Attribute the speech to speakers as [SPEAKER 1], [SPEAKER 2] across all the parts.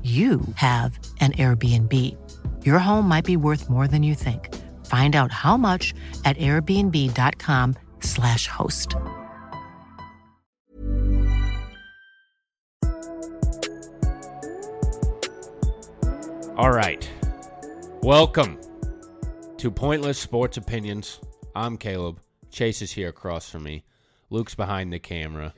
[SPEAKER 1] you have an Airbnb. Your home might be worth more than you think. Find out how much at airbnb.com/slash host.
[SPEAKER 2] All right. Welcome to Pointless Sports Opinions. I'm Caleb. Chase is here across from me. Luke's behind the camera.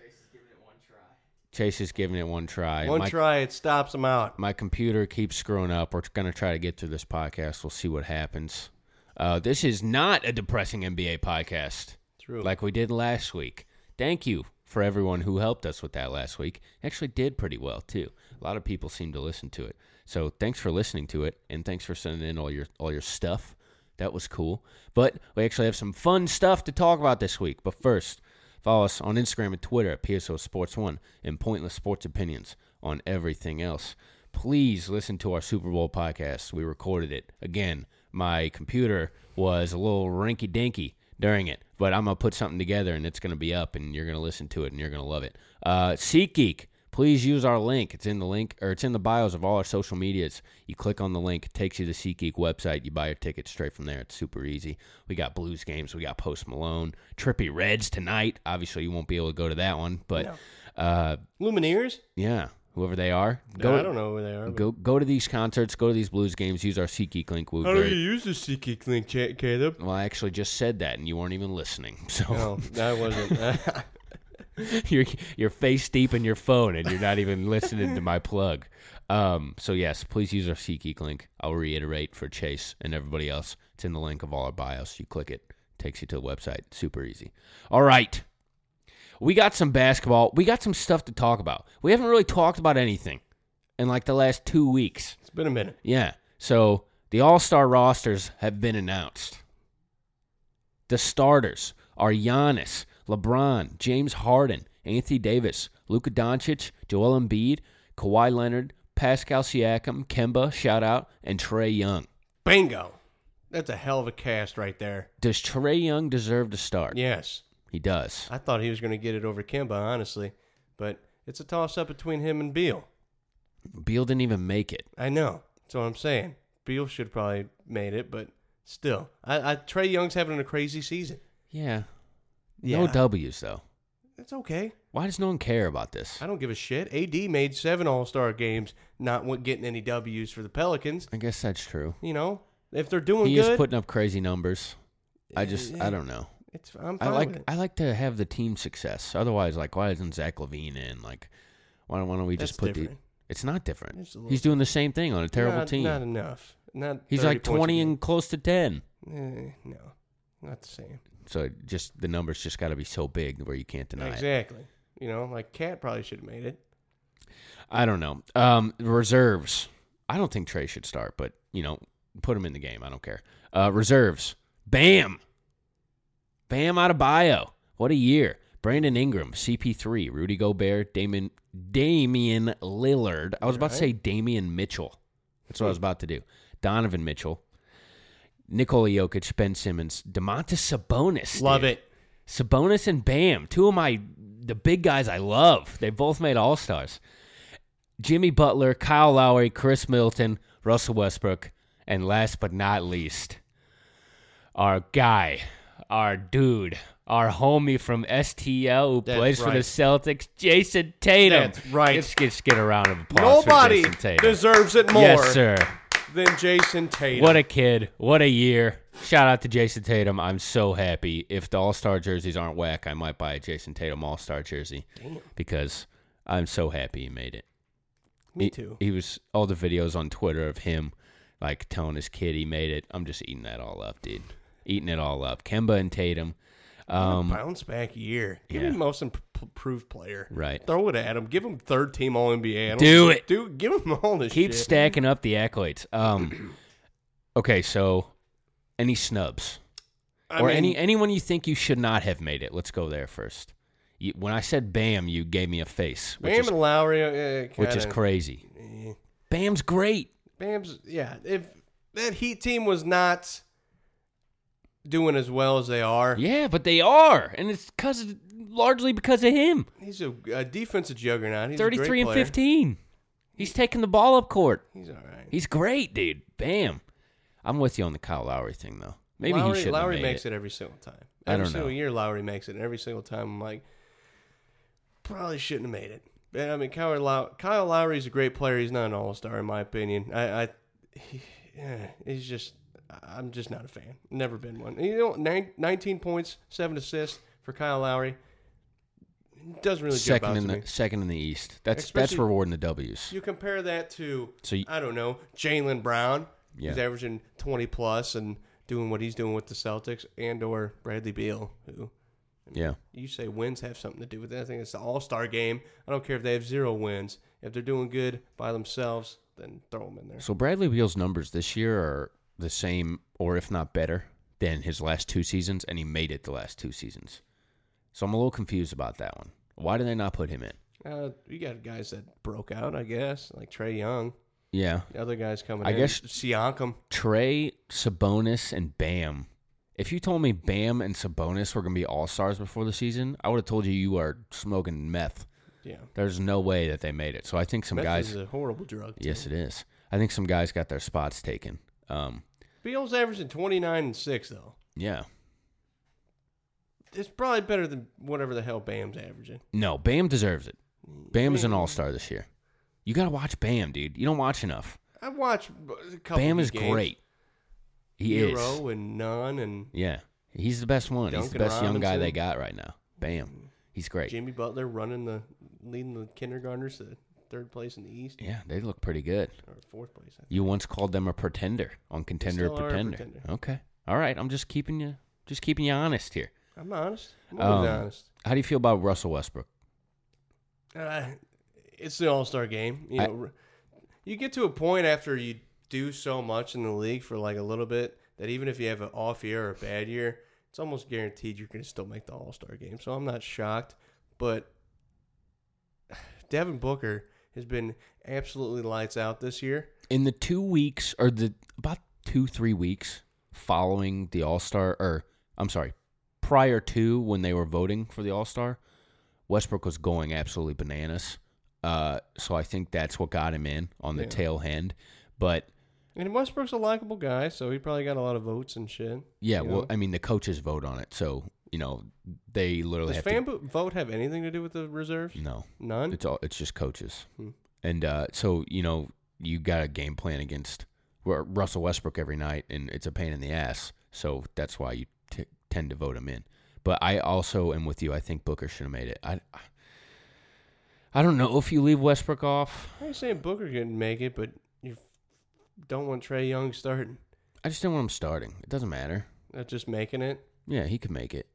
[SPEAKER 2] Chase is giving it one try.
[SPEAKER 3] One
[SPEAKER 2] my,
[SPEAKER 3] try, it stops him out.
[SPEAKER 2] my computer keeps screwing up. We're going to try to get through this podcast. We'll see what happens. Uh, this is not a depressing NBA podcast
[SPEAKER 3] True.
[SPEAKER 2] like we did last week. Thank you for everyone who helped us with that last week. Actually, did pretty well too. A lot of people seem to listen to it. So thanks for listening to it, and thanks for sending in all your all your stuff. That was cool. But we actually have some fun stuff to talk about this week. But first, follow us on Instagram and Twitter at PSO Sports One and Pointless Sports Opinions on everything else. Please listen to our Super Bowl podcast. We recorded it again. My computer was a little rinky dinky during it. But I'm gonna put something together and it's gonna be up, and you're gonna listen to it and you're gonna love it. Uh, SeatGeek, please use our link. It's in the link or it's in the bios of all our social medias. You click on the link, it takes you to SeatGeek website. You buy your ticket straight from there. It's super easy. We got Blues games, we got Post Malone, Trippy Reds tonight. Obviously, you won't be able to go to that one, but uh,
[SPEAKER 3] Lumineers?
[SPEAKER 2] yeah, whoever they are,
[SPEAKER 3] Go,
[SPEAKER 2] go.
[SPEAKER 3] I don't know where they are.
[SPEAKER 2] Go go to these concerts, go to these Blues games. Use our SeatGeek link. We'll
[SPEAKER 3] How
[SPEAKER 2] very-
[SPEAKER 3] do you use the SeatGeek link, Ca- Caleb?
[SPEAKER 2] well, I actually just said that, and you weren't even listening. So
[SPEAKER 3] No, that wasn't.
[SPEAKER 2] you're you're face deep in your phone and you're not even listening to my plug. Um, so yes, please use our SeatGeek link. I'll reiterate for Chase and everybody else. It's in the link of all our bios. You click it, takes you to the website. Super easy. All right, we got some basketball. We got some stuff to talk about. We haven't really talked about anything in like the last two weeks.
[SPEAKER 3] it's been a minute.
[SPEAKER 2] Yeah. So the All Star rosters have been announced. The starters are Giannis, LeBron, James Harden, Anthony Davis, Luka Doncic, Joel Embiid, Kawhi Leonard, Pascal Siakam, Kemba, shout out, and Trey Young.
[SPEAKER 3] Bingo. That's a hell of a cast right there.
[SPEAKER 2] Does Trey Young deserve to start?
[SPEAKER 3] Yes.
[SPEAKER 2] He does.
[SPEAKER 3] I thought he was going to get it over Kimba, honestly. But it's a toss up between him and Beal.
[SPEAKER 2] Beal didn't even make it.
[SPEAKER 3] I know. That's what I'm saying. Beal should probably made it, but still. I, I Trey Young's having a crazy season.
[SPEAKER 2] Yeah.
[SPEAKER 3] Yeah.
[SPEAKER 2] No W's though.
[SPEAKER 3] It's okay.
[SPEAKER 2] Why does no one care about this?
[SPEAKER 3] I don't give a shit. AD made seven All Star games, not wa- getting any W's for the Pelicans.
[SPEAKER 2] I guess that's true.
[SPEAKER 3] You know, if they're doing
[SPEAKER 2] He
[SPEAKER 3] good,
[SPEAKER 2] is putting up crazy numbers. I just I don't know.
[SPEAKER 3] it's I'm
[SPEAKER 2] I
[SPEAKER 3] fine with
[SPEAKER 2] like
[SPEAKER 3] it.
[SPEAKER 2] I like to have the team success. Otherwise, like why isn't Zach Levine in? Like why don't, why don't we just
[SPEAKER 3] That's
[SPEAKER 2] put the?
[SPEAKER 3] different.
[SPEAKER 2] It's not different.
[SPEAKER 3] It's a little
[SPEAKER 2] He's doing the same thing on a terrible
[SPEAKER 3] not,
[SPEAKER 2] team.
[SPEAKER 3] Not enough. Not.
[SPEAKER 2] He's
[SPEAKER 3] 30
[SPEAKER 2] like
[SPEAKER 3] points a
[SPEAKER 2] twenty
[SPEAKER 3] game.
[SPEAKER 2] and close to ten.
[SPEAKER 3] Eh, no, not the same.
[SPEAKER 2] So it just the numbers just got to be so big where you can't deny it.
[SPEAKER 3] exactly. You know, like Cat probably should have made it.
[SPEAKER 2] I don't know. Um, reserves. I don't think Trey should start, but you know, put him in the game. I don't care. Uh, reserves. Bam. Bam out of bio. What a year. Brandon Ingram, CP3, Rudy Gobert, Damon Damian Lillard. I was about to say Damian Mitchell. That's what I was about to do. Donovan Mitchell, Nikola Jokic, Ben Simmons, Demontis Sabonis.
[SPEAKER 3] Love
[SPEAKER 2] dude.
[SPEAKER 3] it.
[SPEAKER 2] Sabonis and Bam, two of my the big guys I love. They both made All Stars. Jimmy Butler, Kyle Lowry, Chris Middleton, Russell Westbrook, and last but not least, our guy, our dude, our homie from STL who
[SPEAKER 3] That's
[SPEAKER 2] plays for
[SPEAKER 3] right.
[SPEAKER 2] the Celtics, Jason Tatum.
[SPEAKER 3] That's right.
[SPEAKER 2] Let's, just get a round of applause
[SPEAKER 3] Nobody
[SPEAKER 2] for Jason Tatum.
[SPEAKER 3] deserves it more
[SPEAKER 2] Yes, sir.
[SPEAKER 3] than Jason Tatum.
[SPEAKER 2] What a kid. What a year. Shout out to Jason Tatum. I'm so happy. If the All Star jerseys aren't whack, I might buy a Jason Tatum All Star jersey because I'm so happy he made it.
[SPEAKER 3] Me
[SPEAKER 2] he,
[SPEAKER 3] too.
[SPEAKER 2] He was all the videos on Twitter of him like telling his kid he made it. I'm just eating that all up, dude. Eating it all up. Kemba and Tatum. Um,
[SPEAKER 3] bounce back year. Give
[SPEAKER 2] yeah.
[SPEAKER 3] him most imp- improved player.
[SPEAKER 2] Right.
[SPEAKER 3] Throw it at him. Give him third team All NBA. I don't
[SPEAKER 2] Do
[SPEAKER 3] give-
[SPEAKER 2] it.
[SPEAKER 3] Do give him all this.
[SPEAKER 2] keep
[SPEAKER 3] shit.
[SPEAKER 2] stacking up the accolades. Um, okay, so any snubs?
[SPEAKER 3] I
[SPEAKER 2] or
[SPEAKER 3] mean,
[SPEAKER 2] any anyone you think you should not have made it. Let's go there first. You, when I said Bam, you gave me a face, which
[SPEAKER 3] Bam
[SPEAKER 2] is
[SPEAKER 3] and Lowry. Uh,
[SPEAKER 2] which is
[SPEAKER 3] kinda-
[SPEAKER 2] crazy.
[SPEAKER 3] eh.
[SPEAKER 2] Bam's great.
[SPEAKER 3] Bam's yeah. If that Heat team was not doing as well as they are,
[SPEAKER 2] Yeah, but they are, and it's because largely because of him.
[SPEAKER 3] he's a, a defensive juggernaut. He's a great
[SPEAKER 2] Thirty-three and
[SPEAKER 3] player.
[SPEAKER 2] fifteen. He's taking the ball up court.
[SPEAKER 3] He's all right.
[SPEAKER 2] He's great, dude. Bam. I'm with you on the Kyle Lowry thing, though. Maybe
[SPEAKER 3] Lowry,
[SPEAKER 2] he should.
[SPEAKER 3] Lowry
[SPEAKER 2] made
[SPEAKER 3] makes
[SPEAKER 2] it.
[SPEAKER 3] it. every single time.
[SPEAKER 2] I
[SPEAKER 3] Every
[SPEAKER 2] don't
[SPEAKER 3] single
[SPEAKER 2] know.
[SPEAKER 3] year, Lowry makes it. And every single time, I'm like, probably shouldn't have made it. And I mean, Kyle, Low- Kyle Lowry's a great player. He's not an all star, in my opinion. I, I he, yeah, he's just, I'm just not a fan. Never been one. And You know, nine, 19 points, seven assists for Kyle Lowry. Doesn't really jump out
[SPEAKER 2] second
[SPEAKER 3] to
[SPEAKER 2] in the
[SPEAKER 3] me.
[SPEAKER 2] second in the East. That's that's
[SPEAKER 3] Especially-
[SPEAKER 2] rewarding the W's.
[SPEAKER 3] You compare that to,
[SPEAKER 2] So you-
[SPEAKER 3] I don't know, Jalen Brown.
[SPEAKER 2] Yeah.
[SPEAKER 3] He's averaging 20 plus and doing what he's doing with the Celtics and or Bradley Beal, who
[SPEAKER 2] yeah.
[SPEAKER 3] you say wins have something to do with it. I think it's the All-Star game. I don't care if they have zero wins. If they're doing good by themselves, then throw them in there.
[SPEAKER 2] So Bradley Beal's numbers this year are the same, or if not better, than his last two seasons, and he made it the last two seasons. So I'm a little confused about that one. Why did they not put him in?
[SPEAKER 3] Uh, you got guys that broke out, I guess, like Trey Young.
[SPEAKER 2] Yeah,
[SPEAKER 3] The other guys coming
[SPEAKER 2] I
[SPEAKER 3] in.
[SPEAKER 2] guess-
[SPEAKER 3] Siakam.
[SPEAKER 2] Trey, Sabonis, and Bam. If you told me Bam and Sabonis were gonna be all stars before the season, I would have told you you are smoking meth.
[SPEAKER 3] Yeah.
[SPEAKER 2] There's no way that they made it. So I think some
[SPEAKER 3] Meth
[SPEAKER 2] guys.
[SPEAKER 3] is a horrible drug. too.
[SPEAKER 2] yes, it is. I think some guys got their spots taken. Um,
[SPEAKER 3] Beal's averaging 29 and 6, though.
[SPEAKER 2] yeah.
[SPEAKER 3] It's probably better than whatever the hell Bam's averaging.
[SPEAKER 2] No, Bam deserves it. Bam's an all star this year. You got to watch Bam, dude. You don't watch enough.
[SPEAKER 3] I watched b- a couple.
[SPEAKER 2] Bam
[SPEAKER 3] of
[SPEAKER 2] is
[SPEAKER 3] his games.
[SPEAKER 2] great. He is.
[SPEAKER 3] Hero and none and
[SPEAKER 2] Yeah. He's the best one. He's the
[SPEAKER 3] Duncan
[SPEAKER 2] best young guy they
[SPEAKER 3] Robinson. Mm-hmm.
[SPEAKER 2] got right now. Bam. He's great.
[SPEAKER 3] Jimmy Butler running the leading the kindergartners to third place in the East
[SPEAKER 2] Yeah, they look pretty good.
[SPEAKER 3] or fourth place. I think.
[SPEAKER 2] You once called them a pretender on contender
[SPEAKER 3] still are a
[SPEAKER 2] pretender.
[SPEAKER 3] pretender.
[SPEAKER 2] Okay. All right, I'm just keeping you just keeping you honest here.
[SPEAKER 3] I'm honest. I'm
[SPEAKER 2] Um,
[SPEAKER 3] always honest.
[SPEAKER 2] How do you feel about Russell Westbrook?
[SPEAKER 3] Uh, it's the All Star game. You
[SPEAKER 2] I-
[SPEAKER 3] know, r- you get to a point after you do so much in the league for like a little bit that even if you have an off year or a bad year, it's almost guaranteed you're going to still make the All Star game. So I'm not shocked, but Devin Booker has been absolutely lights out this year.
[SPEAKER 2] in the two weeks or the about two three weeks following the All Star, or I'm sorry, prior to when they were voting for the All Star, Westbrook was going absolutely bananas. Uh, so I think that's what got him in on the
[SPEAKER 3] Yeah.
[SPEAKER 2] tail end. But
[SPEAKER 3] And Westbrook's a likable guy, so he probably got a lot of votes and shit.
[SPEAKER 2] yeah,
[SPEAKER 3] you
[SPEAKER 2] well,
[SPEAKER 3] know?
[SPEAKER 2] I mean, the coaches vote on it, so you know they literally
[SPEAKER 3] does
[SPEAKER 2] have
[SPEAKER 3] fan
[SPEAKER 2] to.
[SPEAKER 3] bo- vote have anything to do with the reserves?
[SPEAKER 2] No,
[SPEAKER 3] None.
[SPEAKER 2] It's all it's just coaches,
[SPEAKER 3] Hmm.
[SPEAKER 2] and uh, so you know you got a game plan against Ru- Russell Westbrook every night, and it's a pain in the ass. So that's why you t- tend to vote him in. But I also am with you. I think Booker should have made it. I I don't know if you leave Westbrook off.
[SPEAKER 3] I ain't saying Booker couldn't make it, but you don't want Trey Young starting.
[SPEAKER 2] I just don't want him starting. It doesn't matter.
[SPEAKER 3] Not just making it.
[SPEAKER 2] Yeah, he could make it.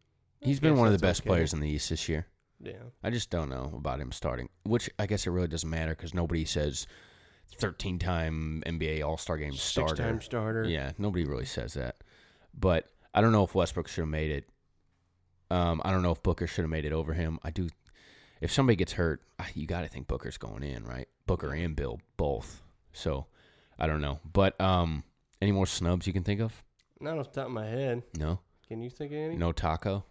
[SPEAKER 3] I
[SPEAKER 2] He's been
[SPEAKER 3] guess
[SPEAKER 2] one of the
[SPEAKER 3] that's
[SPEAKER 2] best
[SPEAKER 3] okay.
[SPEAKER 2] players in the East this year.
[SPEAKER 3] Yeah.
[SPEAKER 2] I just don't know about him starting, which I guess it really doesn't matter because nobody says 13 time NBA All Star game starter.
[SPEAKER 3] Six-time starter.
[SPEAKER 2] Yeah, nobody really says that. But I don't know if Westbrook should have made it. Um, I don't know if Booker should have made it over him. I do. If somebody gets hurt, ah, you got to think Booker's going in, right? Booker and Bill both. So I don't know. But um, any more snubs you can think of?
[SPEAKER 3] Not off the top of my head.
[SPEAKER 2] No.
[SPEAKER 3] Can you think of any?
[SPEAKER 2] No Taco.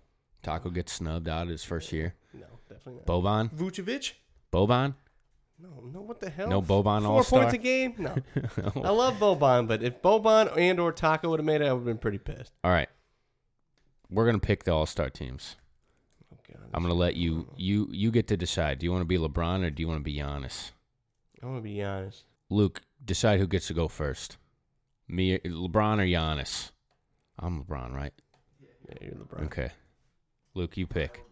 [SPEAKER 2] Taco gets snubbed out his first year.
[SPEAKER 3] No, definitely not.
[SPEAKER 2] Boban.
[SPEAKER 3] Vucevic?
[SPEAKER 2] Boban.
[SPEAKER 3] No, no, what the hell?
[SPEAKER 2] No Boban
[SPEAKER 3] Four
[SPEAKER 2] All-Star?
[SPEAKER 3] points a game? No. Oh. I love Boban, but if Boban and or Taco would have made it, I would have been pretty pissed.
[SPEAKER 2] All right. We're going to pick the All-Star teams.
[SPEAKER 3] Oh, God,
[SPEAKER 2] I'm going to let you you you get to decide. Do you want to be LeBron or do you want to be Giannis?
[SPEAKER 3] I'm gonna be honest.
[SPEAKER 2] Luke, decide who gets to go first. Me LeBron or Giannis? I'm LeBron, right?
[SPEAKER 3] Yeah, you're LeBron.
[SPEAKER 2] Okay. Luke, you pick.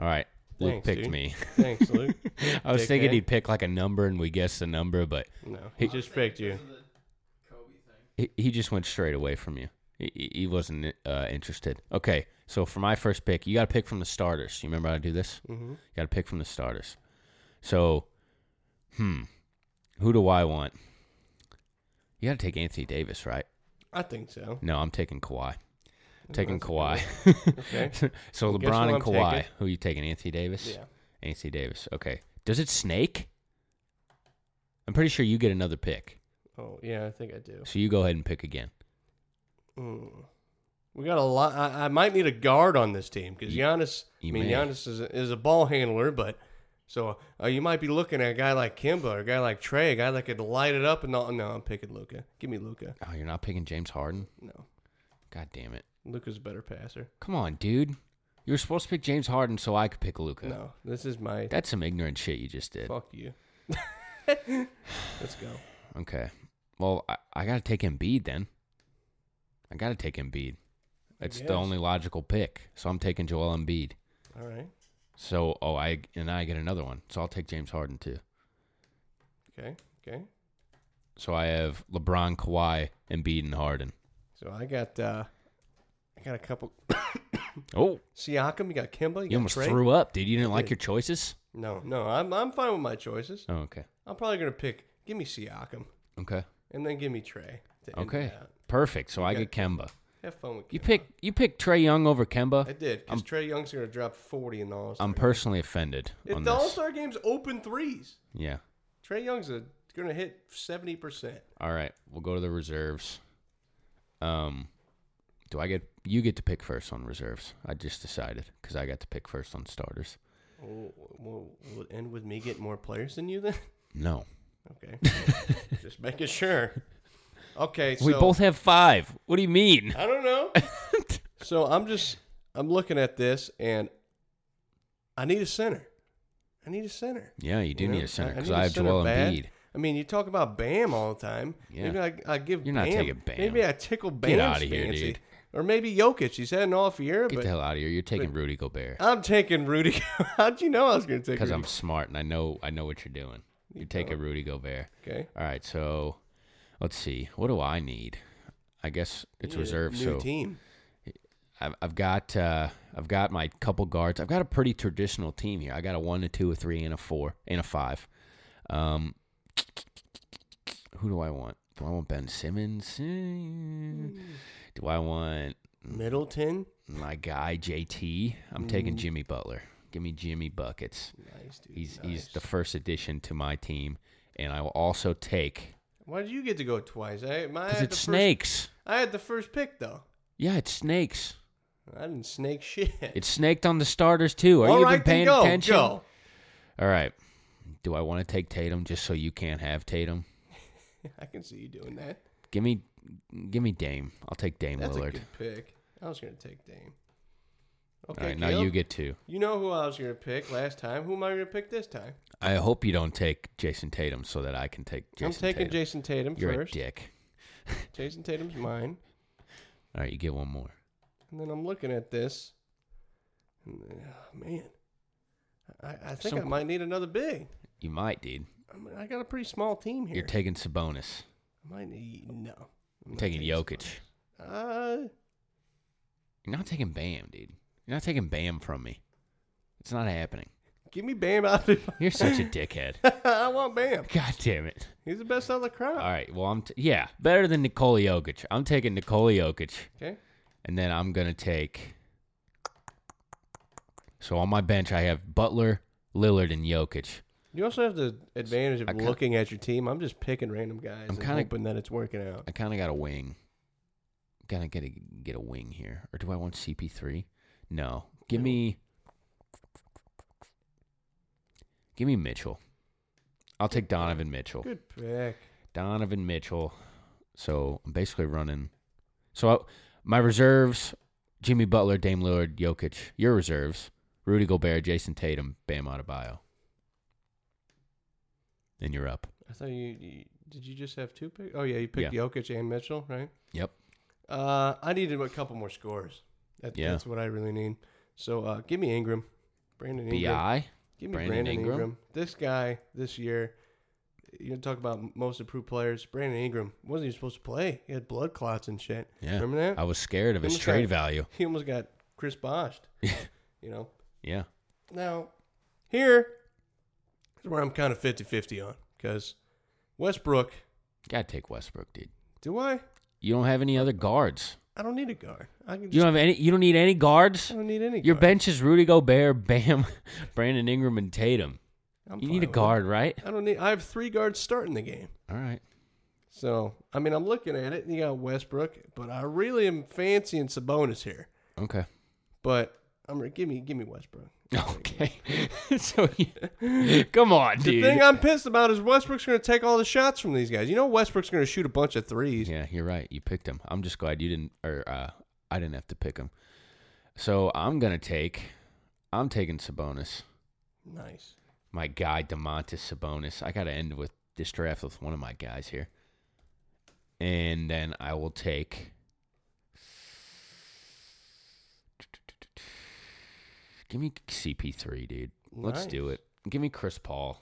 [SPEAKER 2] All right. Luke
[SPEAKER 3] Thanks,
[SPEAKER 2] picked
[SPEAKER 3] dude.
[SPEAKER 2] me.
[SPEAKER 3] Thanks, Luke.
[SPEAKER 2] I was
[SPEAKER 3] Dickhead.
[SPEAKER 2] thinking he'd pick like a number and we guessed the number, but
[SPEAKER 3] No, he just picked you.
[SPEAKER 2] he, he just went straight away from you. He- He, he wasn't uh, interested. Okay, so for my first pick, you got to pick from the starters. You remember how to do this? Mm-hmm. You got to pick from the starters. So, hmm, who do I want? You got to take Anthony Davis, right?
[SPEAKER 3] I think so.
[SPEAKER 2] No, I'm taking Kawhi. I'm taking Kawhi.
[SPEAKER 3] Okay.
[SPEAKER 2] so
[SPEAKER 3] Guess
[SPEAKER 2] LeBron
[SPEAKER 3] who
[SPEAKER 2] and
[SPEAKER 3] I'm taking.
[SPEAKER 2] Kawhi. Who you taking? Anthony Davis.
[SPEAKER 3] Yeah.
[SPEAKER 2] Anthony Davis. Okay. Does it snake? I'm pretty sure you get another pick.
[SPEAKER 3] Oh yeah, I think I do.
[SPEAKER 2] So you go ahead and pick again.
[SPEAKER 3] Mm. We got a lot. I, I might need a guard on this team because Giannis.
[SPEAKER 2] you
[SPEAKER 3] I mean,
[SPEAKER 2] may.
[SPEAKER 3] Giannis is a, is a ball handler, but so uh, you might be looking at a guy like Kimba or a guy like Trey, a guy that could light it up. And all, no, I'm picking Luca. Give me Luca.
[SPEAKER 2] Oh, you're not picking James Harden?
[SPEAKER 3] No,
[SPEAKER 2] God damn it.
[SPEAKER 3] Luca's a better passer.
[SPEAKER 2] Come on, dude. You were supposed to pick James Harden so I could pick Luca.
[SPEAKER 3] No, this is my
[SPEAKER 2] That's some ignorant shit you just did.
[SPEAKER 3] fuck you. Let's go.
[SPEAKER 2] Okay. Well, I, I got to take Embiid then. I got to take Embiid. It's
[SPEAKER 3] guess.
[SPEAKER 2] the only logical pick. So I'm taking Joel Embiid.
[SPEAKER 3] All right.
[SPEAKER 2] So, oh, I and I get another one. So I'll take James Harden too.
[SPEAKER 3] Okay. Okay.
[SPEAKER 2] So I have LeBron, Kawhi, Embiid, and Harden.
[SPEAKER 3] So I got uh I got a couple.
[SPEAKER 2] Oh,
[SPEAKER 3] Siakam, you got Kimba, you,
[SPEAKER 2] you,
[SPEAKER 3] got
[SPEAKER 2] almost
[SPEAKER 3] Trey.
[SPEAKER 2] threw up, dude. You didn't
[SPEAKER 3] I
[SPEAKER 2] like
[SPEAKER 3] did.
[SPEAKER 2] your choices?
[SPEAKER 3] No, no, I'm I'm fine with my choices.
[SPEAKER 2] Oh, okay.
[SPEAKER 3] I'm probably gonna pick. Give me Siakam,
[SPEAKER 2] Okay.
[SPEAKER 3] and then give me Trey. to end it
[SPEAKER 2] Okay.
[SPEAKER 3] out.
[SPEAKER 2] Perfect. So I
[SPEAKER 3] Okay.
[SPEAKER 2] get Kemba.
[SPEAKER 3] Have fun with
[SPEAKER 2] You
[SPEAKER 3] Kimba.
[SPEAKER 2] pick you pick Trey Young over Kemba.
[SPEAKER 3] I did because Trey Young's gonna drop forty in the All Star.
[SPEAKER 2] I'm personally offended
[SPEAKER 3] If
[SPEAKER 2] on
[SPEAKER 3] the
[SPEAKER 2] this.
[SPEAKER 3] All Star game's open threes,
[SPEAKER 2] yeah.
[SPEAKER 3] Trey Young's a, gonna hit seventy percent.
[SPEAKER 2] All right. We'll go to the reserves. Um, do I get you get to pick first on reserves? I just decided because I got to pick first on starters.
[SPEAKER 3] Will will Oh, will it end with me getting more players than you then?
[SPEAKER 2] No,
[SPEAKER 3] Okay, just making sure. Okay, so
[SPEAKER 2] we both have five. What do you mean?
[SPEAKER 3] I don't know. so I'm just I'm looking at this and I need a center. I need a center.
[SPEAKER 2] Yeah, you do
[SPEAKER 3] know?
[SPEAKER 2] need a center
[SPEAKER 3] I- I
[SPEAKER 2] because
[SPEAKER 3] need
[SPEAKER 2] I,
[SPEAKER 3] a
[SPEAKER 2] have
[SPEAKER 3] center
[SPEAKER 2] Joel
[SPEAKER 3] bad.
[SPEAKER 2] Embiid.
[SPEAKER 3] I mean, you talk about Bam all the time.
[SPEAKER 2] Yeah.
[SPEAKER 3] Maybe I, I give
[SPEAKER 2] You're
[SPEAKER 3] Bam,
[SPEAKER 2] not taking Bam.
[SPEAKER 3] Maybe I tickle Bam's
[SPEAKER 2] Get outta here,
[SPEAKER 3] fancy.
[SPEAKER 2] dude.
[SPEAKER 3] Or maybe Jokic. He's had an off year,
[SPEAKER 2] Get
[SPEAKER 3] but
[SPEAKER 2] the hell out of here. You're taking Rudy Gobert
[SPEAKER 3] I'm taking Rudy. How'd you know I was going to take
[SPEAKER 2] because
[SPEAKER 3] Rudy?
[SPEAKER 2] I'm smart and I know I know what you're doing. You're taking Rudy Gobert.
[SPEAKER 3] okay.
[SPEAKER 2] All right, so let's see. What do I need? I guess it's
[SPEAKER 3] Yeah,
[SPEAKER 2] reserve.
[SPEAKER 3] New
[SPEAKER 2] So
[SPEAKER 3] team.
[SPEAKER 2] I've, I've got uh, I've got my couple guards. I've got a pretty traditional team here. I got a one, a two, a three, and a four, and a five. Um, who do I want? Do I want Ben Simmons? Eh, Do I want
[SPEAKER 3] Middleton.
[SPEAKER 2] my guy JT? I'm taking Jimmy Butler. Give me Jimmy buckets.
[SPEAKER 3] Mm-hmm. Nice dude.
[SPEAKER 2] He's
[SPEAKER 3] nice.
[SPEAKER 2] he's the first addition to my team, and I will also take
[SPEAKER 3] Why did you get to go twice? I, my,
[SPEAKER 2] because
[SPEAKER 3] I had
[SPEAKER 2] it's
[SPEAKER 3] the first-
[SPEAKER 2] snakes.
[SPEAKER 3] I had the first pick though.
[SPEAKER 2] Yeah, it's snakes.
[SPEAKER 3] I didn't snake shit.
[SPEAKER 2] It's snaked on the starters too. Are
[SPEAKER 3] All
[SPEAKER 2] you
[SPEAKER 3] right,
[SPEAKER 2] even paying
[SPEAKER 3] then go,
[SPEAKER 2] attention?
[SPEAKER 3] Go.
[SPEAKER 2] All right. Do I want to take Tatum just so you can't have Tatum?
[SPEAKER 3] I can see you doing that.
[SPEAKER 2] Give me, give me Dame. I'll take Dame
[SPEAKER 3] That's a
[SPEAKER 2] Lillard.
[SPEAKER 3] good pick. I was gonna take Dame. Okay,
[SPEAKER 2] All right, now
[SPEAKER 3] Caleb,
[SPEAKER 2] you get two.
[SPEAKER 3] You know who I was gonna pick last time. Who am I gonna pick this time?
[SPEAKER 2] I hope you don't take Jason Tatum so that I can take Jason.
[SPEAKER 3] I'm taking
[SPEAKER 2] Tatum.
[SPEAKER 3] Jason Tatum
[SPEAKER 2] You're
[SPEAKER 3] first.
[SPEAKER 2] a dick.
[SPEAKER 3] Jason Tatum's mine,
[SPEAKER 2] All right, you get one more.
[SPEAKER 3] and then I'm looking at this. And, oh, man, I, I think I
[SPEAKER 2] Some-
[SPEAKER 3] might need another big.
[SPEAKER 2] You might, dude.
[SPEAKER 3] I, mean, I got a pretty small team here.
[SPEAKER 2] You're taking Sabonis.
[SPEAKER 3] I might need no. I'm
[SPEAKER 2] I'm
[SPEAKER 3] not
[SPEAKER 2] taking Jokic.
[SPEAKER 3] Sabonis. Uh,
[SPEAKER 2] You're not taking Bam, dude. You're not taking Bam from me. It's not happening.
[SPEAKER 3] give me Bam out of.
[SPEAKER 2] You're such a dickhead.
[SPEAKER 3] I want Bam.
[SPEAKER 2] God damn it.
[SPEAKER 3] He's the best out of the crowd.
[SPEAKER 2] All right. Well, I'm t- yeah better than Nikola Jokic. I'm taking Nikola Jokic.
[SPEAKER 3] Okay.
[SPEAKER 2] And then I'm going to take. So on my bench, I have Butler, Lillard, and Jokic.
[SPEAKER 3] You also have the advantage of
[SPEAKER 2] I kinda-
[SPEAKER 3] looking at your team. I'm just picking random guys
[SPEAKER 2] I'm
[SPEAKER 3] and
[SPEAKER 2] kinda-
[SPEAKER 3] hoping that it's working out.
[SPEAKER 2] I kind of got a wing. Gotta get a, get a wing here. Or do I want CP3? No. Give me. Give me Mitchell. I'll take Donovan Mitchell.
[SPEAKER 3] Good pick.
[SPEAKER 2] Donovan Mitchell. So I'm basically running. So I, my reserves: Jimmy Butler, Dame Lillard, Jokic. Your reserves: Rudy Gobert, Jason Tatum, Bam Adebayo. And you're up.
[SPEAKER 3] I thought you, you did. You just have two picks. Oh yeah, you picked
[SPEAKER 2] Yeah.
[SPEAKER 3] Jokic and Mitchell, right?
[SPEAKER 2] Yep.
[SPEAKER 3] Uh, I needed a couple more scores. That,
[SPEAKER 2] Yeah.
[SPEAKER 3] That's what I really need. So uh, give me Ingram, Brandon Ingram.
[SPEAKER 2] Bi.
[SPEAKER 3] Give me
[SPEAKER 2] Brandon
[SPEAKER 3] Brandon,
[SPEAKER 2] Ingram.
[SPEAKER 3] Ingram. This guy this year, you know, talk about most improved players. Brandon Ingram wasn't even supposed to play. He had blood clots and shit.
[SPEAKER 2] Yeah.
[SPEAKER 3] Remember that?
[SPEAKER 2] I was scared of
[SPEAKER 3] He
[SPEAKER 2] his
[SPEAKER 3] almost
[SPEAKER 2] trade
[SPEAKER 3] got-
[SPEAKER 2] value.
[SPEAKER 3] He almost got Chris Boshed. you know?
[SPEAKER 2] Yeah.
[SPEAKER 3] Now, here is where I'm kind of 50 50 on because Westbrook,
[SPEAKER 2] Gotta take Westbrook, dude.
[SPEAKER 3] do I?
[SPEAKER 2] You don't have any other guards.
[SPEAKER 3] I don't need a guard. I can just.
[SPEAKER 2] You don't have any. You don't need any guards.
[SPEAKER 3] I don't need any.
[SPEAKER 2] Your
[SPEAKER 3] guard.
[SPEAKER 2] bench is Rudy Gobert, Bam, Brandon Ingram, and Tatum.
[SPEAKER 3] I'm
[SPEAKER 2] you
[SPEAKER 3] fine
[SPEAKER 2] need a
[SPEAKER 3] with it.
[SPEAKER 2] guard, right?
[SPEAKER 3] I don't need. I have three guards starting the game.
[SPEAKER 2] All right.
[SPEAKER 3] So I mean, I'm looking at it. and You got Westbrook, but I really am fancying Sabonis here.
[SPEAKER 2] Okay.
[SPEAKER 3] But I'm gonna- give me give me Westbrook.
[SPEAKER 2] Okay. so you, come on,
[SPEAKER 3] The
[SPEAKER 2] dude.
[SPEAKER 3] thing I'm pissed about is Westbrook's gonna take all the shots from these guys. You know Westbrook's gonna shoot a bunch of threes.
[SPEAKER 2] yeah, you're right. You picked him. I'm just glad you didn't, or uh, I didn't have to pick him. So I'm gonna take. I'm taking Sabonis.
[SPEAKER 3] Nice.
[SPEAKER 2] My guy Demontis Sabonis. I gotta end with this draft with one of my guys here, and then I will take. Give me CP3, dude. Let's do
[SPEAKER 3] Nice.
[SPEAKER 2] it. Give me Chris Paul.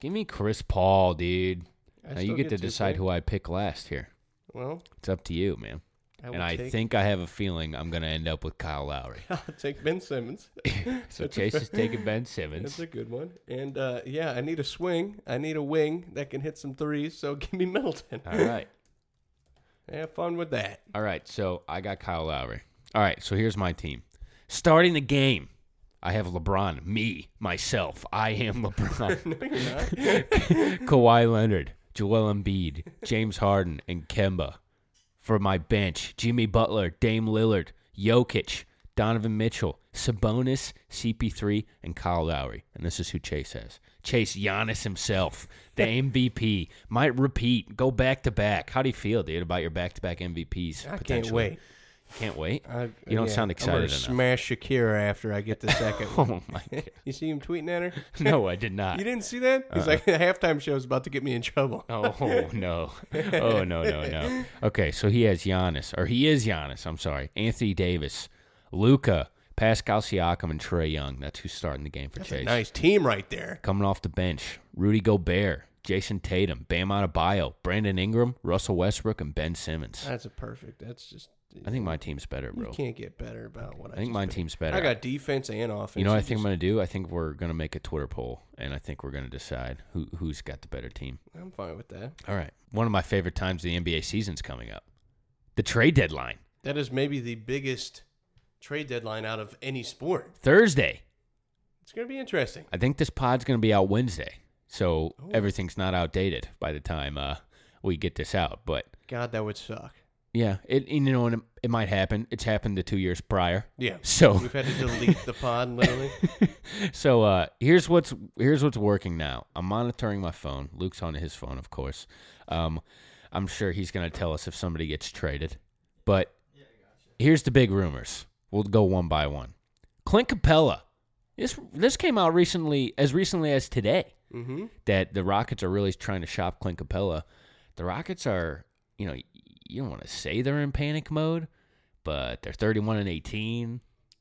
[SPEAKER 2] Give me Chris Paul, dude.
[SPEAKER 3] I
[SPEAKER 2] now you
[SPEAKER 3] still
[SPEAKER 2] get, to
[SPEAKER 3] two
[SPEAKER 2] decide
[SPEAKER 3] picks.
[SPEAKER 2] who I pick last here.
[SPEAKER 3] Well,
[SPEAKER 2] It's up to you, man.
[SPEAKER 3] I will
[SPEAKER 2] and I
[SPEAKER 3] take-
[SPEAKER 2] think I have a feeling I'm going to end up with Kyle Lowry.
[SPEAKER 3] I'll take Ben Simmons.
[SPEAKER 2] So Chase is taking Ben Simmons.
[SPEAKER 3] That's a good one. And uh, yeah, I need a swing. I need a wing that can hit some threes. So give me Middleton.
[SPEAKER 2] All right.
[SPEAKER 3] Have fun with that.
[SPEAKER 2] All right. So I got Kyle Lowry. All right. So here's my team. Starting the game, I have LeBron, me, myself. I am LeBron.
[SPEAKER 3] No, you're not.
[SPEAKER 2] Kawhi Leonard, Joel Embiid, James Harden, and Kemba. For my bench, Jimmy Butler, Dame Lillard, Jokic, Donovan Mitchell, Sabonis, CP3, and Kyle Lowry. And this is who Chase has. Chase Giannis himself, the MVP, might repeat, go back to back. How do you feel, dude, about your back to back MVPs?
[SPEAKER 3] I can't
[SPEAKER 2] potentially?
[SPEAKER 3] wait.
[SPEAKER 2] Can't wait.
[SPEAKER 3] I,
[SPEAKER 2] you don't
[SPEAKER 3] Uh, yeah,
[SPEAKER 2] sound
[SPEAKER 3] I'm
[SPEAKER 2] excited
[SPEAKER 3] gonna
[SPEAKER 2] enough.
[SPEAKER 3] smash Shakira after I get the second one.
[SPEAKER 2] oh my! God.
[SPEAKER 3] You see him tweeting at her?
[SPEAKER 2] No, I did not. Uh-uh.
[SPEAKER 3] You didn't see that? He's like, the halftime show is about to get me in trouble.
[SPEAKER 2] Oh no! Oh no! No no! Okay, so he has Giannis, or he is Giannis. I'm sorry, Anthony Davis, Luca, Pascal Siakam, and Trey Young. That's who's starting the game for Chase.
[SPEAKER 3] Nice team right there.
[SPEAKER 2] Coming off the bench, Rudy Gobert, Jason Tatum, Bam Adebayo, Brandon Ingram, Russell Westbrook, and Ben Simmons.
[SPEAKER 3] That's a perfect. That's just.
[SPEAKER 2] I think my team's better,
[SPEAKER 3] You
[SPEAKER 2] bro.
[SPEAKER 3] can't get better about what I,
[SPEAKER 2] I think
[SPEAKER 3] just
[SPEAKER 2] my
[SPEAKER 3] picked.
[SPEAKER 2] team's better.
[SPEAKER 3] I got defense and offense.
[SPEAKER 2] You know what I
[SPEAKER 3] just-
[SPEAKER 2] think I'm gonna do? I think we're gonna make a Twitter poll, and I think we're gonna decide who who's got the better team.
[SPEAKER 3] I'm fine with that.
[SPEAKER 2] All right. One of my favorite times of the NBA season's coming up. The trade deadline.
[SPEAKER 3] That is maybe the biggest trade deadline out of any sport.
[SPEAKER 2] Thursday.
[SPEAKER 3] It's going to be interesting.
[SPEAKER 2] I think this pod's going to be out Wednesday. So
[SPEAKER 3] Oh.
[SPEAKER 2] everything's not outdated by the time uh, we get this out. But
[SPEAKER 3] God, that would suck.
[SPEAKER 2] yeah, it you know, and it, it might happen. It's happened the two years prior.
[SPEAKER 3] Yeah.
[SPEAKER 2] So-
[SPEAKER 3] we've had to delete the pod literally.
[SPEAKER 2] so uh, here's what's here's what's working now. I'm monitoring my phone. Luke's on his phone, of course. Um, I'm sure he's gonna tell us if somebody gets traded. But here's the big rumors. We'll go one by one. Clint Capella. This this came out recently, as recently as today,
[SPEAKER 3] Mm-hmm.
[SPEAKER 2] that the Rockets are really trying to shop Clint Capella. The Rockets are, you know, you don't want to say they're in panic mode, but they're 31 and 18.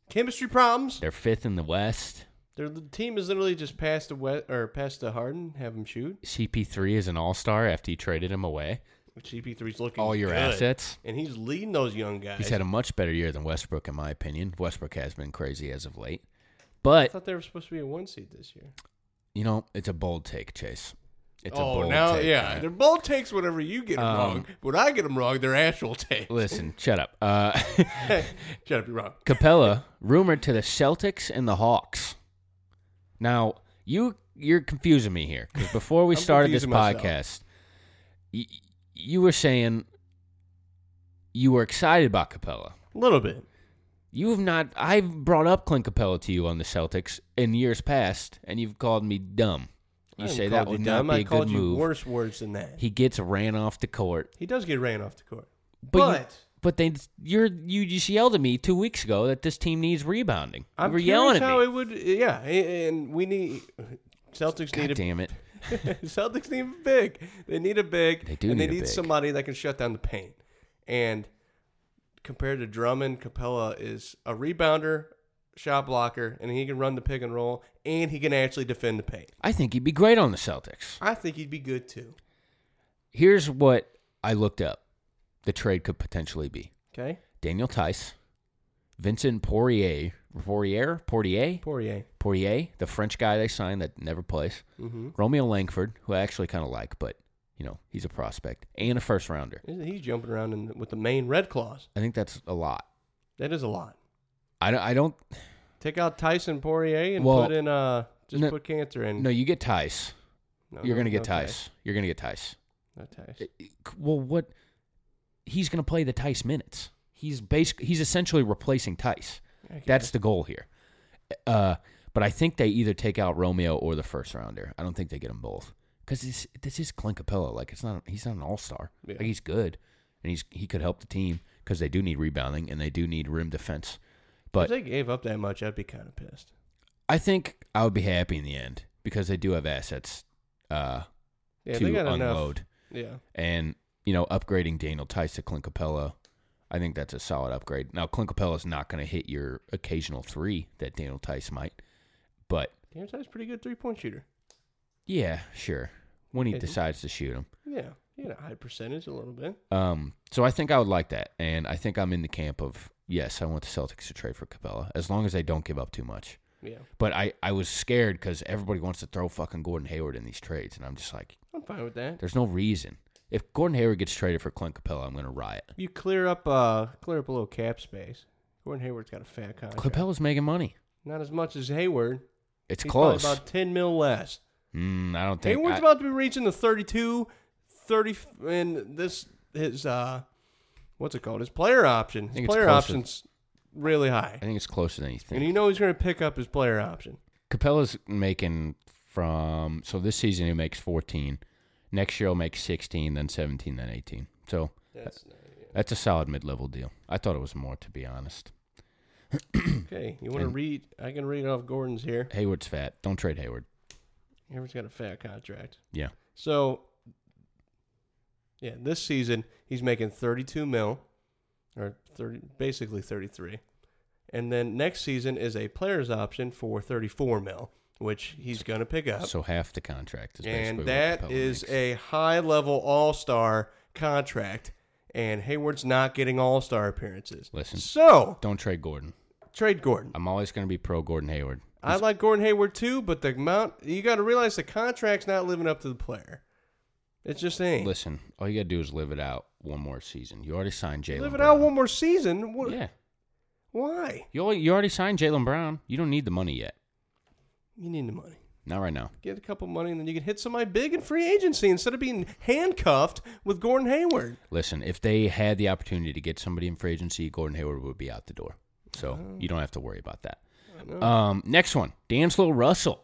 [SPEAKER 3] Chemistry problems.
[SPEAKER 2] They're fifth in the West.
[SPEAKER 3] Their the team is literally just past the wet or past the Harden. Have him shoot.
[SPEAKER 2] CP3 is an all star after you traded him away.
[SPEAKER 3] CP3's looking
[SPEAKER 2] All your
[SPEAKER 3] good,
[SPEAKER 2] assets.
[SPEAKER 3] and he's leading those young guys.
[SPEAKER 2] He's had a much better year than Westbrook, in my opinion. Westbrook has been crazy as of late.
[SPEAKER 3] I
[SPEAKER 2] But,
[SPEAKER 3] thought they were supposed to be a one seed this year.
[SPEAKER 2] you know, it's a bold take, Chase. It's a
[SPEAKER 3] oh,
[SPEAKER 2] bold
[SPEAKER 3] now
[SPEAKER 2] take.
[SPEAKER 3] yeah,
[SPEAKER 2] all
[SPEAKER 3] they're
[SPEAKER 2] right?
[SPEAKER 3] both takes whatever you get 'em
[SPEAKER 2] Um,
[SPEAKER 3] wrong. When I get them wrong, they're actual takes.
[SPEAKER 2] Listen, shut up. Uh,
[SPEAKER 3] Shut up, you're wrong.
[SPEAKER 2] Capella rumored to the Celtics and the Hawks. Now you you're confusing me here because before we
[SPEAKER 3] I'm
[SPEAKER 2] started this
[SPEAKER 3] confusing myself.
[SPEAKER 2] podcast, y- you were saying you were excited about Capella.
[SPEAKER 3] A little bit.
[SPEAKER 2] You have not. I've brought up Clint Capella to you on the Celtics in years past, and you've called me dumb.
[SPEAKER 3] I
[SPEAKER 2] You
[SPEAKER 3] didn't
[SPEAKER 2] say
[SPEAKER 3] call
[SPEAKER 2] that
[SPEAKER 3] you
[SPEAKER 2] would
[SPEAKER 3] dumb.
[SPEAKER 2] not be
[SPEAKER 3] I
[SPEAKER 2] a
[SPEAKER 3] called
[SPEAKER 2] good
[SPEAKER 3] you
[SPEAKER 2] move.
[SPEAKER 3] worse words than that. He,
[SPEAKER 2] He gets ran off the court.
[SPEAKER 3] does get ran off the court. But,
[SPEAKER 2] But, you- but they you're you just yelled at me two weeks ago that this team needs rebounding.
[SPEAKER 3] I'm
[SPEAKER 2] you were
[SPEAKER 3] curious
[SPEAKER 2] yelling at
[SPEAKER 3] how
[SPEAKER 2] me.
[SPEAKER 3] it would. Yeah, a- and we need Celtics
[SPEAKER 2] God
[SPEAKER 3] need a
[SPEAKER 2] damn it!
[SPEAKER 3] Celtics need a big. They need a big.
[SPEAKER 2] They do
[SPEAKER 3] and
[SPEAKER 2] need
[SPEAKER 3] they
[SPEAKER 2] a
[SPEAKER 3] need
[SPEAKER 2] big.
[SPEAKER 3] somebody that can shut down the paint. And compared to Drummond, Capella is a rebounder, shot blocker, and he can run the pick and roll, and he can actually defend the paint.
[SPEAKER 2] I think he'd be great on the Celtics.
[SPEAKER 3] I think he'd be good too.
[SPEAKER 2] Here's what I looked up: the trade could potentially be
[SPEAKER 3] Okay,
[SPEAKER 2] Daniel Tice, Vincent Poirier, Poirier, Poirier,
[SPEAKER 3] Poirier.
[SPEAKER 2] Poirier, the French guy they signed that never plays,
[SPEAKER 3] Mm-hmm.
[SPEAKER 2] Romeo Langford, who I actually kind of like, but you know he's a prospect and a first rounder.
[SPEAKER 3] He's jumping around in, with the main red claws.
[SPEAKER 2] I think that's a lot.
[SPEAKER 3] That is a lot.
[SPEAKER 2] I don't. I don't
[SPEAKER 3] Take out Tyson Poirier and
[SPEAKER 2] Well,
[SPEAKER 3] put in uh just
[SPEAKER 2] no-
[SPEAKER 3] put Cantor in.
[SPEAKER 2] no, you get Tice.
[SPEAKER 3] No,
[SPEAKER 2] You're
[SPEAKER 3] no-
[SPEAKER 2] gonna get
[SPEAKER 3] no
[SPEAKER 2] Tice. You're gonna get Tice.
[SPEAKER 3] No Tice.
[SPEAKER 2] Well, what? He's gonna play the Tice minutes. He's basically he's essentially replacing Tice.
[SPEAKER 3] I get
[SPEAKER 2] That's
[SPEAKER 3] it.
[SPEAKER 2] the goal here. Uh, but I think they either take out Romeo or the first rounder. I don't think they get them both because this this is Clint Capella. Like it's not he's not an all star.
[SPEAKER 3] Yeah.
[SPEAKER 2] Like he's good and he's he could help the team because they do need rebounding and they do need rim defense. But
[SPEAKER 3] if they gave up that much, I'd be kind of pissed.
[SPEAKER 2] I think I would be happy in the end because they do have assets uh,
[SPEAKER 3] Yeah,
[SPEAKER 2] to
[SPEAKER 3] they got
[SPEAKER 2] unload.
[SPEAKER 3] enough. Yeah.
[SPEAKER 2] and you know upgrading Daniel Tice to Clint Capella, I think that's a solid upgrade. Now Clint Capella is not going to hit your occasional three that Daniel Tice might, but
[SPEAKER 3] Daniel Tice's a pretty good three point shooter.
[SPEAKER 2] yeah, sure when he
[SPEAKER 3] Mhm.
[SPEAKER 2] decides to shoot him.
[SPEAKER 3] Yeah. He had a high percentage a little bit.
[SPEAKER 2] Um, so I think I would like that, and I think I'm in the camp of yes, I want the Celtics to trade for Capella as long as they don't give up too much.
[SPEAKER 3] Yeah.
[SPEAKER 2] But I, I was scared because everybody wants to throw fucking Gordon Hayward in these trades, and I'm just like,
[SPEAKER 3] I'm fine with that.
[SPEAKER 2] there's no reason. If Gordon Hayward gets traded for Clint Capella, I'm going to riot.
[SPEAKER 3] You clear up uh clear up a little cap space. Gordon Hayward's got a fat contract.
[SPEAKER 2] Capella's making money.
[SPEAKER 3] Not as much as Hayward.
[SPEAKER 2] It's
[SPEAKER 3] He's probably
[SPEAKER 2] close.
[SPEAKER 3] About 10 mil less.
[SPEAKER 2] Mm, I don't think.
[SPEAKER 3] Hayward's
[SPEAKER 2] I,
[SPEAKER 3] about to be reaching the 32, 30, and this his uh, what's it called? His player option.
[SPEAKER 2] I
[SPEAKER 3] His
[SPEAKER 2] think it's
[SPEAKER 3] player
[SPEAKER 2] closer.
[SPEAKER 3] options really high,
[SPEAKER 2] I think it's closer than you think.
[SPEAKER 3] and you know he's going to pick up his player option.
[SPEAKER 2] Capella's making from so this season he makes 14. Next year he'll make 16, then 17, then 18. So
[SPEAKER 3] That's
[SPEAKER 2] that's a solid mid-level deal. I thought it was more, to be honest.
[SPEAKER 3] okay. You
[SPEAKER 2] Hmm.
[SPEAKER 3] want to
[SPEAKER 2] And-
[SPEAKER 3] read? I can read off Gordon's here.
[SPEAKER 2] Hayward's fat. Don't trade Hayward.
[SPEAKER 3] Hayward's got a fat contract,
[SPEAKER 2] Yeah,
[SPEAKER 3] so yeah, this season he's making 32 mil, or 30, basically 33. And then next season is a player's option for 34 mil, which he's going to pick up.
[SPEAKER 2] so half the contract is basically
[SPEAKER 3] and
[SPEAKER 2] what
[SPEAKER 3] that
[SPEAKER 2] Capella
[SPEAKER 3] is
[SPEAKER 2] makes.
[SPEAKER 3] a high level all star contract. And Hayward's not getting all star appearances.
[SPEAKER 2] Listen.
[SPEAKER 3] So
[SPEAKER 2] Don't trade Gordon.
[SPEAKER 3] trade Gordon.
[SPEAKER 2] I'm always going to be pro Gordon Hayward.
[SPEAKER 3] I like Gordon Hayward too, but the amount you got to realize the contract's not living up to the player. It's just ain't.
[SPEAKER 2] Listen, all you got to do is live it out one more season. You already signed Jalen.
[SPEAKER 3] Live it
[SPEAKER 2] Brown.
[SPEAKER 3] out one more season. What,
[SPEAKER 2] Yeah,
[SPEAKER 3] Why?
[SPEAKER 2] you al- you already signed Jalen Brown. You don't need the money yet.
[SPEAKER 3] You need the money.
[SPEAKER 2] Not right now.
[SPEAKER 3] Get a couple money, and then you can hit somebody big in free agency instead of being handcuffed with Gordon Hayward.
[SPEAKER 2] Listen, if they had the opportunity to get somebody in free agency, Gordon Hayward would be out the door. So you don't have to worry about that.
[SPEAKER 3] Oh.
[SPEAKER 2] Um, next one, D'Angelo Russell,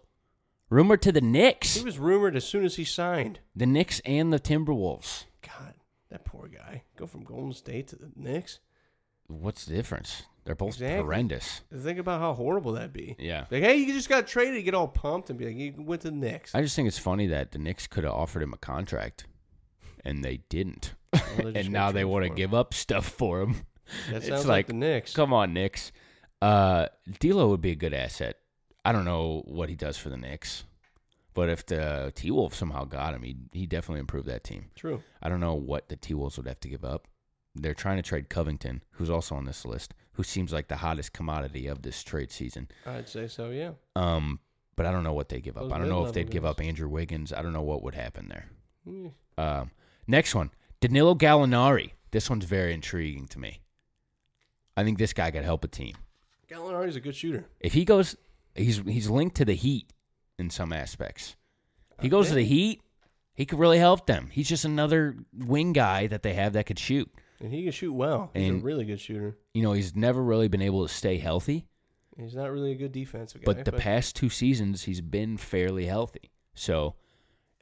[SPEAKER 2] rumored to the
[SPEAKER 3] He
[SPEAKER 2] Knicks,
[SPEAKER 3] was rumored as soon as he signed.
[SPEAKER 2] the Knicks and the Timberwolves.
[SPEAKER 3] God, that poor guy. Go from Golden State to the Knicks.
[SPEAKER 2] What's the difference? They're both
[SPEAKER 3] Exactly.
[SPEAKER 2] horrendous.
[SPEAKER 3] Think about how horrible that'd be.
[SPEAKER 2] Yeah.
[SPEAKER 3] Like, hey, you just got traded, you get all pumped and be like, you went to the Knicks.
[SPEAKER 2] I just think it's funny that the Knicks could have offered him a contract, and they didn't,
[SPEAKER 3] they're just
[SPEAKER 2] and
[SPEAKER 3] gonna
[SPEAKER 2] now they
[SPEAKER 3] trade
[SPEAKER 2] want
[SPEAKER 3] for
[SPEAKER 2] to
[SPEAKER 3] him.
[SPEAKER 2] give up stuff for him.
[SPEAKER 3] That
[SPEAKER 2] It's
[SPEAKER 3] sounds like,
[SPEAKER 2] like-
[SPEAKER 3] the Knicks.
[SPEAKER 2] Come on, Knicks. Uh, D'Lo would be a good asset. I don't know what he does for the Knicks, but if the T Wolves somehow got him, he he definitely improved that team.
[SPEAKER 3] True.
[SPEAKER 2] I don't know what the T Wolves would have to give up. They're trying to trade Covington, who's also on this list, who seems like the hottest commodity of this trade season.
[SPEAKER 3] I'd say so, yeah.
[SPEAKER 2] Um, but I don't know what they give up.
[SPEAKER 3] Those
[SPEAKER 2] I don't know if
[SPEAKER 3] mid-level
[SPEAKER 2] they'd give
[SPEAKER 3] guys.
[SPEAKER 2] up Andrew Wiggins. I don't know what would happen there.
[SPEAKER 3] Hmm.
[SPEAKER 2] Um, next one, Danilo Gallinari. This one's very intriguing to me. I think this guy could help a team.
[SPEAKER 3] Gallinari's a good shooter.
[SPEAKER 2] If he goes, he's he's linked to the Heat in some aspects. If he goes to the
[SPEAKER 3] Okay.
[SPEAKER 2] Heat, he could really help them. He's just another wing guy that they have that could shoot.
[SPEAKER 3] And he can shoot well. He's
[SPEAKER 2] And-
[SPEAKER 3] a really good shooter.
[SPEAKER 2] You know, he's never really been able to stay healthy,
[SPEAKER 3] He's not really a good defensive guy.
[SPEAKER 2] but the past two seasons he's been fairly healthy. So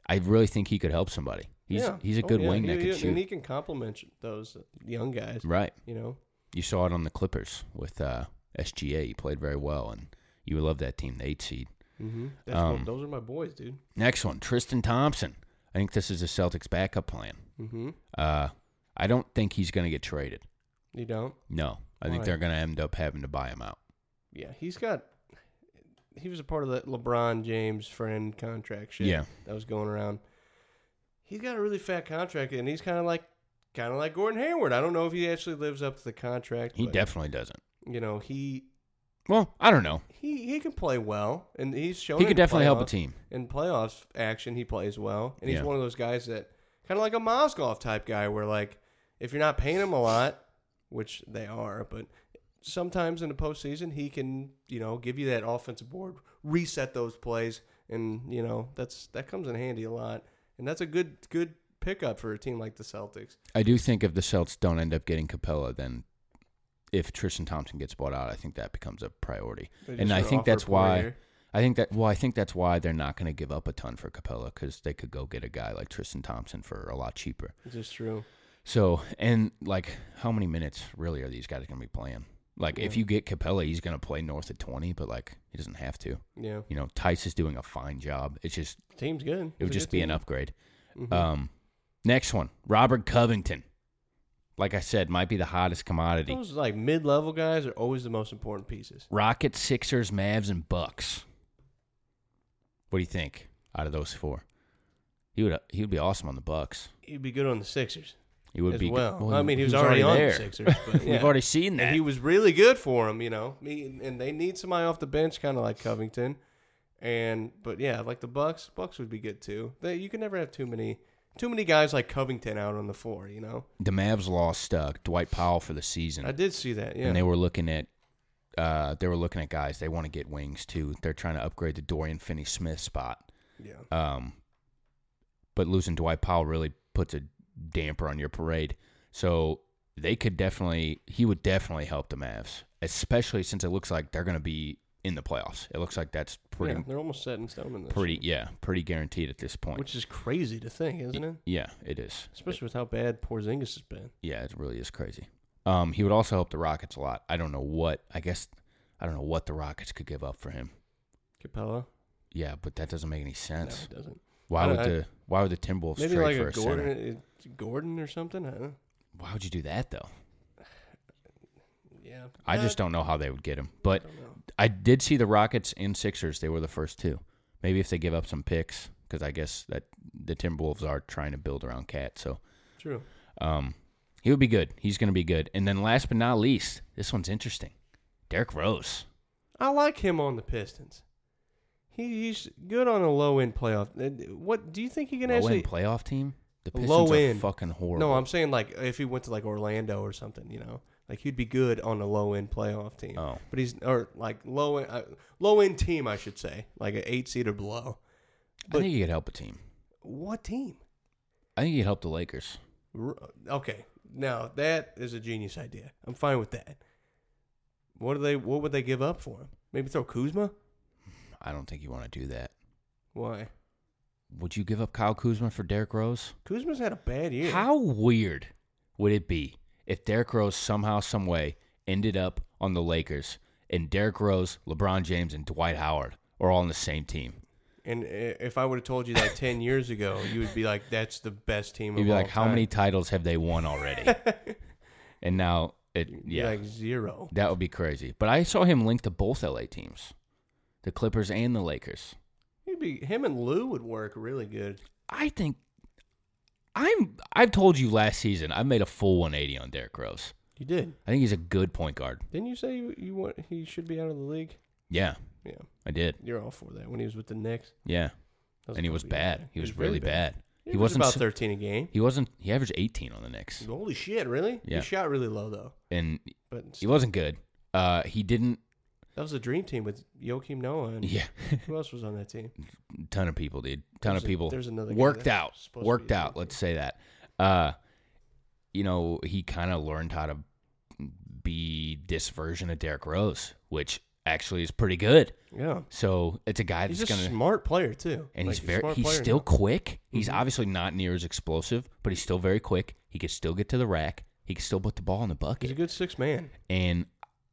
[SPEAKER 2] I really think he could help somebody. He's
[SPEAKER 3] Yeah.
[SPEAKER 2] he's a
[SPEAKER 3] Oh,
[SPEAKER 2] good
[SPEAKER 3] yeah.
[SPEAKER 2] wing that
[SPEAKER 3] He-
[SPEAKER 2] can
[SPEAKER 3] he-
[SPEAKER 2] shoot.
[SPEAKER 3] And he can complement those young guys.
[SPEAKER 2] right.
[SPEAKER 3] You know,
[SPEAKER 2] You saw it on the Clippers with uh, SGA. He played very well, and you would love that team, the eight seed.
[SPEAKER 3] mm-hmm. That's what-
[SPEAKER 2] Um,
[SPEAKER 3] those are my boys, dude.
[SPEAKER 2] Next one, Tristan Thompson. I think this is the Celtics' backup plan.
[SPEAKER 3] Mm-hmm.
[SPEAKER 2] Uh, I don't think he's going to get traded.
[SPEAKER 3] You don't?
[SPEAKER 2] No, I think
[SPEAKER 3] Why?
[SPEAKER 2] they're going to end up having to buy him out.
[SPEAKER 3] Yeah, he's got. He was a part of that LeBron James friend contract shit.
[SPEAKER 2] Yeah.
[SPEAKER 3] that was going around. He's got a really fat contract, and he's kind of like, kind of like Gordon Hayward. I don't know if he actually lives up to the contract.
[SPEAKER 2] He
[SPEAKER 3] but,
[SPEAKER 2] definitely doesn't.
[SPEAKER 3] you know, he
[SPEAKER 2] Well, I don't know.
[SPEAKER 3] he he can play well, and he's shown
[SPEAKER 2] He
[SPEAKER 3] it
[SPEAKER 2] could
[SPEAKER 3] in
[SPEAKER 2] definitely help a
[SPEAKER 3] playoff-
[SPEAKER 2] team.
[SPEAKER 3] in playoffs action. He plays well, and he's
[SPEAKER 2] Yeah.
[SPEAKER 3] one of those guys that kind of like a Mozgov type guy, where like if you're not paying him a lot, which they are, but sometimes in the postseason he can you know give you that offensive board, reset those plays, and you know that's that comes in handy a lot, and that's a good good pickup for a team like the Celtics.
[SPEAKER 2] I do think if the Celts don't end up getting Capella, then if Tristan Thompson gets bought out, I think that becomes a priority.
[SPEAKER 3] They just
[SPEAKER 2] And I
[SPEAKER 3] gotta
[SPEAKER 2] think
[SPEAKER 3] offer
[SPEAKER 2] that's why.
[SPEAKER 3] Poirier.
[SPEAKER 2] I think that well, I think that's why they're not going to give up a ton for Capella because they could go get a guy like Tristan Thompson for a lot cheaper.
[SPEAKER 3] It's just true.
[SPEAKER 2] So and like, how many minutes really are these guys going to be playing? Like, if
[SPEAKER 3] Yeah.
[SPEAKER 2] you get Capella, he's going to play north of twenty, but like, he doesn't have to.
[SPEAKER 3] Yeah,
[SPEAKER 2] You know, Tice is doing a fine job. It's just
[SPEAKER 3] team's good.
[SPEAKER 2] it would just be an
[SPEAKER 3] enough.
[SPEAKER 2] upgrade.
[SPEAKER 3] Mhm.
[SPEAKER 2] Um, next one, Robert Covington. Like I said, might be the hottest commodity.
[SPEAKER 3] Those like mid level guys are always the most important pieces.
[SPEAKER 2] Rockets, Sixers, Mavs, and Bucks. What do you think out of those four? He would he would be awesome on the Bucks.
[SPEAKER 3] He'd be good on the Sixers.
[SPEAKER 2] He would
[SPEAKER 3] as
[SPEAKER 2] be
[SPEAKER 3] well. I mean, he was already on the Sixers, but yeah.
[SPEAKER 2] We've already seen that.
[SPEAKER 3] And he was really good for him, you know. Me and they need somebody off the bench, kind of like Covington. And but yeah, like the Bucks, Bucks would be good too. They, you can never have too many too many guys like Covington out on the floor, you know.
[SPEAKER 2] the Mavs lost uh, Dwight Powell for the season,
[SPEAKER 3] I did see that. Yeah,
[SPEAKER 2] and they were looking at uh, they were looking at guys. They want to get wings too. They're trying to upgrade the Dorian Finney-Smith spot.
[SPEAKER 3] yeah,
[SPEAKER 2] Um, but losing Dwight Powell really puts a damper on your parade. So they could definitely, he would definitely help the Mavs, especially since it looks like they're going to be in the playoffs. It looks like that's pretty,
[SPEAKER 3] Yeah, They're almost set in stone in this,
[SPEAKER 2] pretty, yeah, pretty guaranteed at this point.
[SPEAKER 3] which is crazy to think, isn't it?
[SPEAKER 2] yeah, it is.
[SPEAKER 3] Especially with how bad Porzingis has been.
[SPEAKER 2] Yeah, it really is crazy. Um, he would also help the Rockets a lot. I don't know what, I guess, I don't know what the Rockets could give up for him.
[SPEAKER 3] Capella,
[SPEAKER 2] Yeah, but that doesn't make any
[SPEAKER 3] no,
[SPEAKER 2] sense.
[SPEAKER 3] it doesn't.
[SPEAKER 2] Why
[SPEAKER 3] I
[SPEAKER 2] would
[SPEAKER 3] don't- I-
[SPEAKER 2] the Why would the Timberwolves
[SPEAKER 3] Maybe
[SPEAKER 2] trade
[SPEAKER 3] like
[SPEAKER 2] for
[SPEAKER 3] a
[SPEAKER 2] a center?
[SPEAKER 3] Gordon, uh, Gordon or something. I don't know.
[SPEAKER 2] Why would you do that though?
[SPEAKER 3] Yeah,
[SPEAKER 2] I
[SPEAKER 3] Uh,
[SPEAKER 2] just don't know how they would get him. But
[SPEAKER 3] don't know.
[SPEAKER 2] I did see the Rockets and Sixers. They were the first two. Maybe if they give up some picks, because I guess that the Timberwolves are trying to build around Cat. So
[SPEAKER 3] True.
[SPEAKER 2] um, he would be good. He's going to be good. And then last but not least, this one's interesting. Derrick Rose.
[SPEAKER 3] I like him on the Pistons. He, he's good on a low end playoff. Uh, What do you think he can
[SPEAKER 2] Low
[SPEAKER 3] actually?
[SPEAKER 2] end playoff team. The Pistons
[SPEAKER 3] low
[SPEAKER 2] are
[SPEAKER 3] end.
[SPEAKER 2] fucking horrible.
[SPEAKER 3] no, I'm saying like if he went to like Orlando or something, you know, like he'd be good on a low end playoff team.
[SPEAKER 2] Oh.
[SPEAKER 3] but he's or like low end uh, low end team, I should say, like an eight seed or below.
[SPEAKER 2] I
[SPEAKER 3] But
[SPEAKER 2] think he could help a team.
[SPEAKER 3] what team?
[SPEAKER 2] I think he could help the Lakers.
[SPEAKER 3] R- okay, now that is a genius idea. I'm fine with that. What do they? What would they give up for him? Maybe throw Kuzma.
[SPEAKER 2] I don't think you want to do that.
[SPEAKER 3] Why?
[SPEAKER 2] Would you give up Kyle Kuzma for Derrick Rose?
[SPEAKER 3] Kuzma's had a bad year.
[SPEAKER 2] How weird would it be if Derrick Rose somehow, some way, ended up on the Lakers and Derrick Rose, LeBron James, and Dwight Howard are all on the same team?
[SPEAKER 3] And i- if I would have told you that 10 years ago, you would be like, that's the best team of
[SPEAKER 2] You'd be
[SPEAKER 3] all
[SPEAKER 2] like, how
[SPEAKER 3] time."
[SPEAKER 2] many titles have they won already? and now it,
[SPEAKER 3] You'd be
[SPEAKER 2] yeah,
[SPEAKER 3] Like zero.
[SPEAKER 2] that would be crazy. But I saw him linked to both LA teams, the Clippers and the Lakers.
[SPEAKER 3] He'd be, him and Lou would work really good.
[SPEAKER 2] I think I'm. I've told you last season. I made a full 180 on Derrick Rose.
[SPEAKER 3] You did.
[SPEAKER 2] I think he's a good point guard.
[SPEAKER 3] Didn't you say you, you want he should be out of the league?
[SPEAKER 2] Yeah,
[SPEAKER 3] Yeah.
[SPEAKER 2] I did.
[SPEAKER 3] You're all for that when he was with the Knicks.
[SPEAKER 2] Yeah.
[SPEAKER 3] That
[SPEAKER 2] and he was
[SPEAKER 3] probably-
[SPEAKER 2] bad. He was,
[SPEAKER 3] very
[SPEAKER 2] really bad.
[SPEAKER 3] He,
[SPEAKER 2] He,
[SPEAKER 3] was
[SPEAKER 2] wasn't.
[SPEAKER 3] about
[SPEAKER 2] s-
[SPEAKER 3] 13 a game.
[SPEAKER 2] He wasn't. He averaged 18 on the Knicks,
[SPEAKER 3] Holy shit, really?
[SPEAKER 2] Yeah.
[SPEAKER 3] He shot really low, though.
[SPEAKER 2] and
[SPEAKER 3] But
[SPEAKER 2] he wasn't good. Uh, he didn't.
[SPEAKER 3] that was a dream team with Joakim Noah. And
[SPEAKER 2] Yeah,
[SPEAKER 3] Who else was on that team?
[SPEAKER 2] ton of people, dude. Ton
[SPEAKER 3] There's
[SPEAKER 2] of
[SPEAKER 3] a-
[SPEAKER 2] people.
[SPEAKER 3] there's another guy
[SPEAKER 2] worked
[SPEAKER 3] that's
[SPEAKER 2] out.
[SPEAKER 3] supposed to be
[SPEAKER 2] Worked
[SPEAKER 3] a
[SPEAKER 2] out.
[SPEAKER 3] good
[SPEAKER 2] Let's say that. Uh, you know, he kind of learned how to be this version of Derrick Rose, which actually is pretty good.
[SPEAKER 3] Yeah.
[SPEAKER 2] So it's a guy
[SPEAKER 3] He's
[SPEAKER 2] that's
[SPEAKER 3] a
[SPEAKER 2] gonna
[SPEAKER 3] smart player too.
[SPEAKER 2] and
[SPEAKER 3] Like,
[SPEAKER 2] he's
[SPEAKER 3] a
[SPEAKER 2] very
[SPEAKER 3] smart
[SPEAKER 2] he's
[SPEAKER 3] player Mm-hmm.
[SPEAKER 2] still
[SPEAKER 3] now.
[SPEAKER 2] quick. He's obviously not near as explosive, but he's still very quick. He can still get to the rack. He can still put the ball in the
[SPEAKER 3] He's
[SPEAKER 2] bucket.
[SPEAKER 3] a good six man.
[SPEAKER 2] and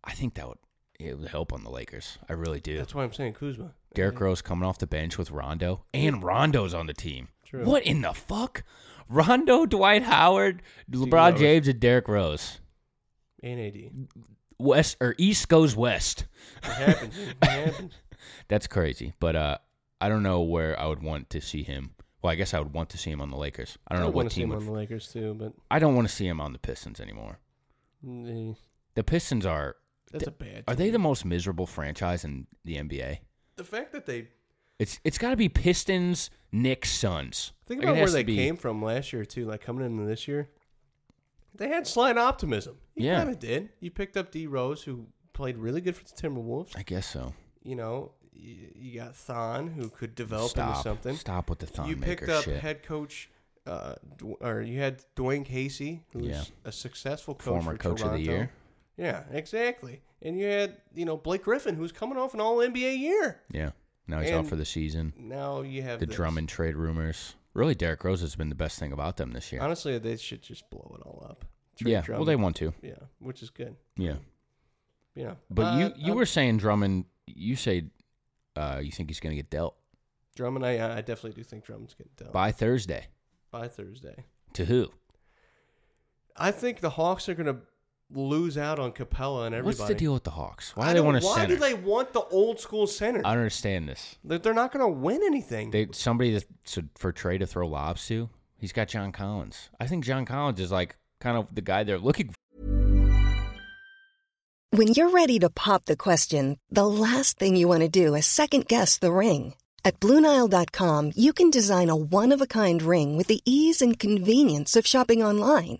[SPEAKER 2] I think that would it would help on the Lakers. I really do.
[SPEAKER 3] That's why I'm saying Kuzma.
[SPEAKER 2] Derrick Rose coming off the bench with Rondo, and Rondo's on the team.
[SPEAKER 3] True.
[SPEAKER 2] What in the fuck? Rondo, Dwight Howard, LeBron
[SPEAKER 3] Rose.
[SPEAKER 2] James, and Derrick Rose.
[SPEAKER 3] And AD.
[SPEAKER 2] West or East goes West.
[SPEAKER 3] It happens. it happens.
[SPEAKER 2] That's crazy. But uh, I don't know where I would want to see him. Well, I guess I would want to see him on the Lakers. I don't know what
[SPEAKER 3] want to see
[SPEAKER 2] team
[SPEAKER 3] him
[SPEAKER 2] would.
[SPEAKER 3] on the Lakers too, but
[SPEAKER 2] I don't want to see him on the Pistons anymore.
[SPEAKER 3] eh,
[SPEAKER 2] The Pistons are
[SPEAKER 3] that's a bad.
[SPEAKER 2] are
[SPEAKER 3] team.
[SPEAKER 2] they the most miserable franchise in the NBA?
[SPEAKER 3] The fact that they
[SPEAKER 2] It's it's got to be Pistons, Knicks, Suns.
[SPEAKER 3] think
[SPEAKER 2] Like, it
[SPEAKER 3] about where
[SPEAKER 2] has to
[SPEAKER 3] they
[SPEAKER 2] be-
[SPEAKER 3] came from last year too, like coming into this year, they had slight optimism. You
[SPEAKER 2] Yeah.
[SPEAKER 3] kind of did. You picked up D Rose, who played really good for the Timberwolves.
[SPEAKER 2] I guess so.
[SPEAKER 3] You know, you, you got Thon, wou could develop into
[SPEAKER 2] Stop.
[SPEAKER 3] something.
[SPEAKER 2] Stop with the thumb
[SPEAKER 3] you
[SPEAKER 2] maker
[SPEAKER 3] picked up
[SPEAKER 2] shit.
[SPEAKER 3] head coach, uh, Dw- or you had Dwayne Casey, who's
[SPEAKER 2] Yeah.
[SPEAKER 3] a successful coach,
[SPEAKER 2] Former
[SPEAKER 3] for
[SPEAKER 2] coach of the
[SPEAKER 3] Toronto.
[SPEAKER 2] year.
[SPEAKER 3] Yeah, exactly. And you had you know Blake Griffin, who's coming off an All NBA year.
[SPEAKER 2] Yeah. Now he's out
[SPEAKER 3] And
[SPEAKER 2] for the season.
[SPEAKER 3] Now you have
[SPEAKER 2] The
[SPEAKER 3] this.
[SPEAKER 2] Drummond trade rumors. Really, Derrick Rose has been the best thing about them this year.
[SPEAKER 3] Honestly, they should just blow it all up. Trade
[SPEAKER 2] Yeah. Well,
[SPEAKER 3] Drummond.
[SPEAKER 2] they want to.
[SPEAKER 3] Yeah, which is good.
[SPEAKER 2] Yeah.
[SPEAKER 3] Yeah,
[SPEAKER 2] But
[SPEAKER 3] Uh,
[SPEAKER 2] you you
[SPEAKER 3] I'm-
[SPEAKER 2] were saying Drummond. You say uh, you think he's going to get dealt
[SPEAKER 3] Drummond. I I definitely do think Drummond's getting dealt by,
[SPEAKER 2] by Thursday.
[SPEAKER 3] Thursday.
[SPEAKER 2] To who?
[SPEAKER 3] I think the Hawks are gonna lose out on Capella and everybody.
[SPEAKER 2] What's the deal with the Hawks? Why
[SPEAKER 3] I
[SPEAKER 2] do they
[SPEAKER 3] don't-
[SPEAKER 2] want a
[SPEAKER 3] Why
[SPEAKER 2] center?
[SPEAKER 3] do they want the old school center?
[SPEAKER 2] I don't understand this.
[SPEAKER 3] They're they're not gonna win anything.
[SPEAKER 2] They somebody that to, for Trey to throw lobs to. He's got John Collins. I think John Collins is like kind of the guy they're looking for.
[SPEAKER 4] When you're ready to pop the question, the last thing you want to do is second guess the ring. At Bluenile.com, you can design a one of a kind ring with the ease and convenience of shopping online.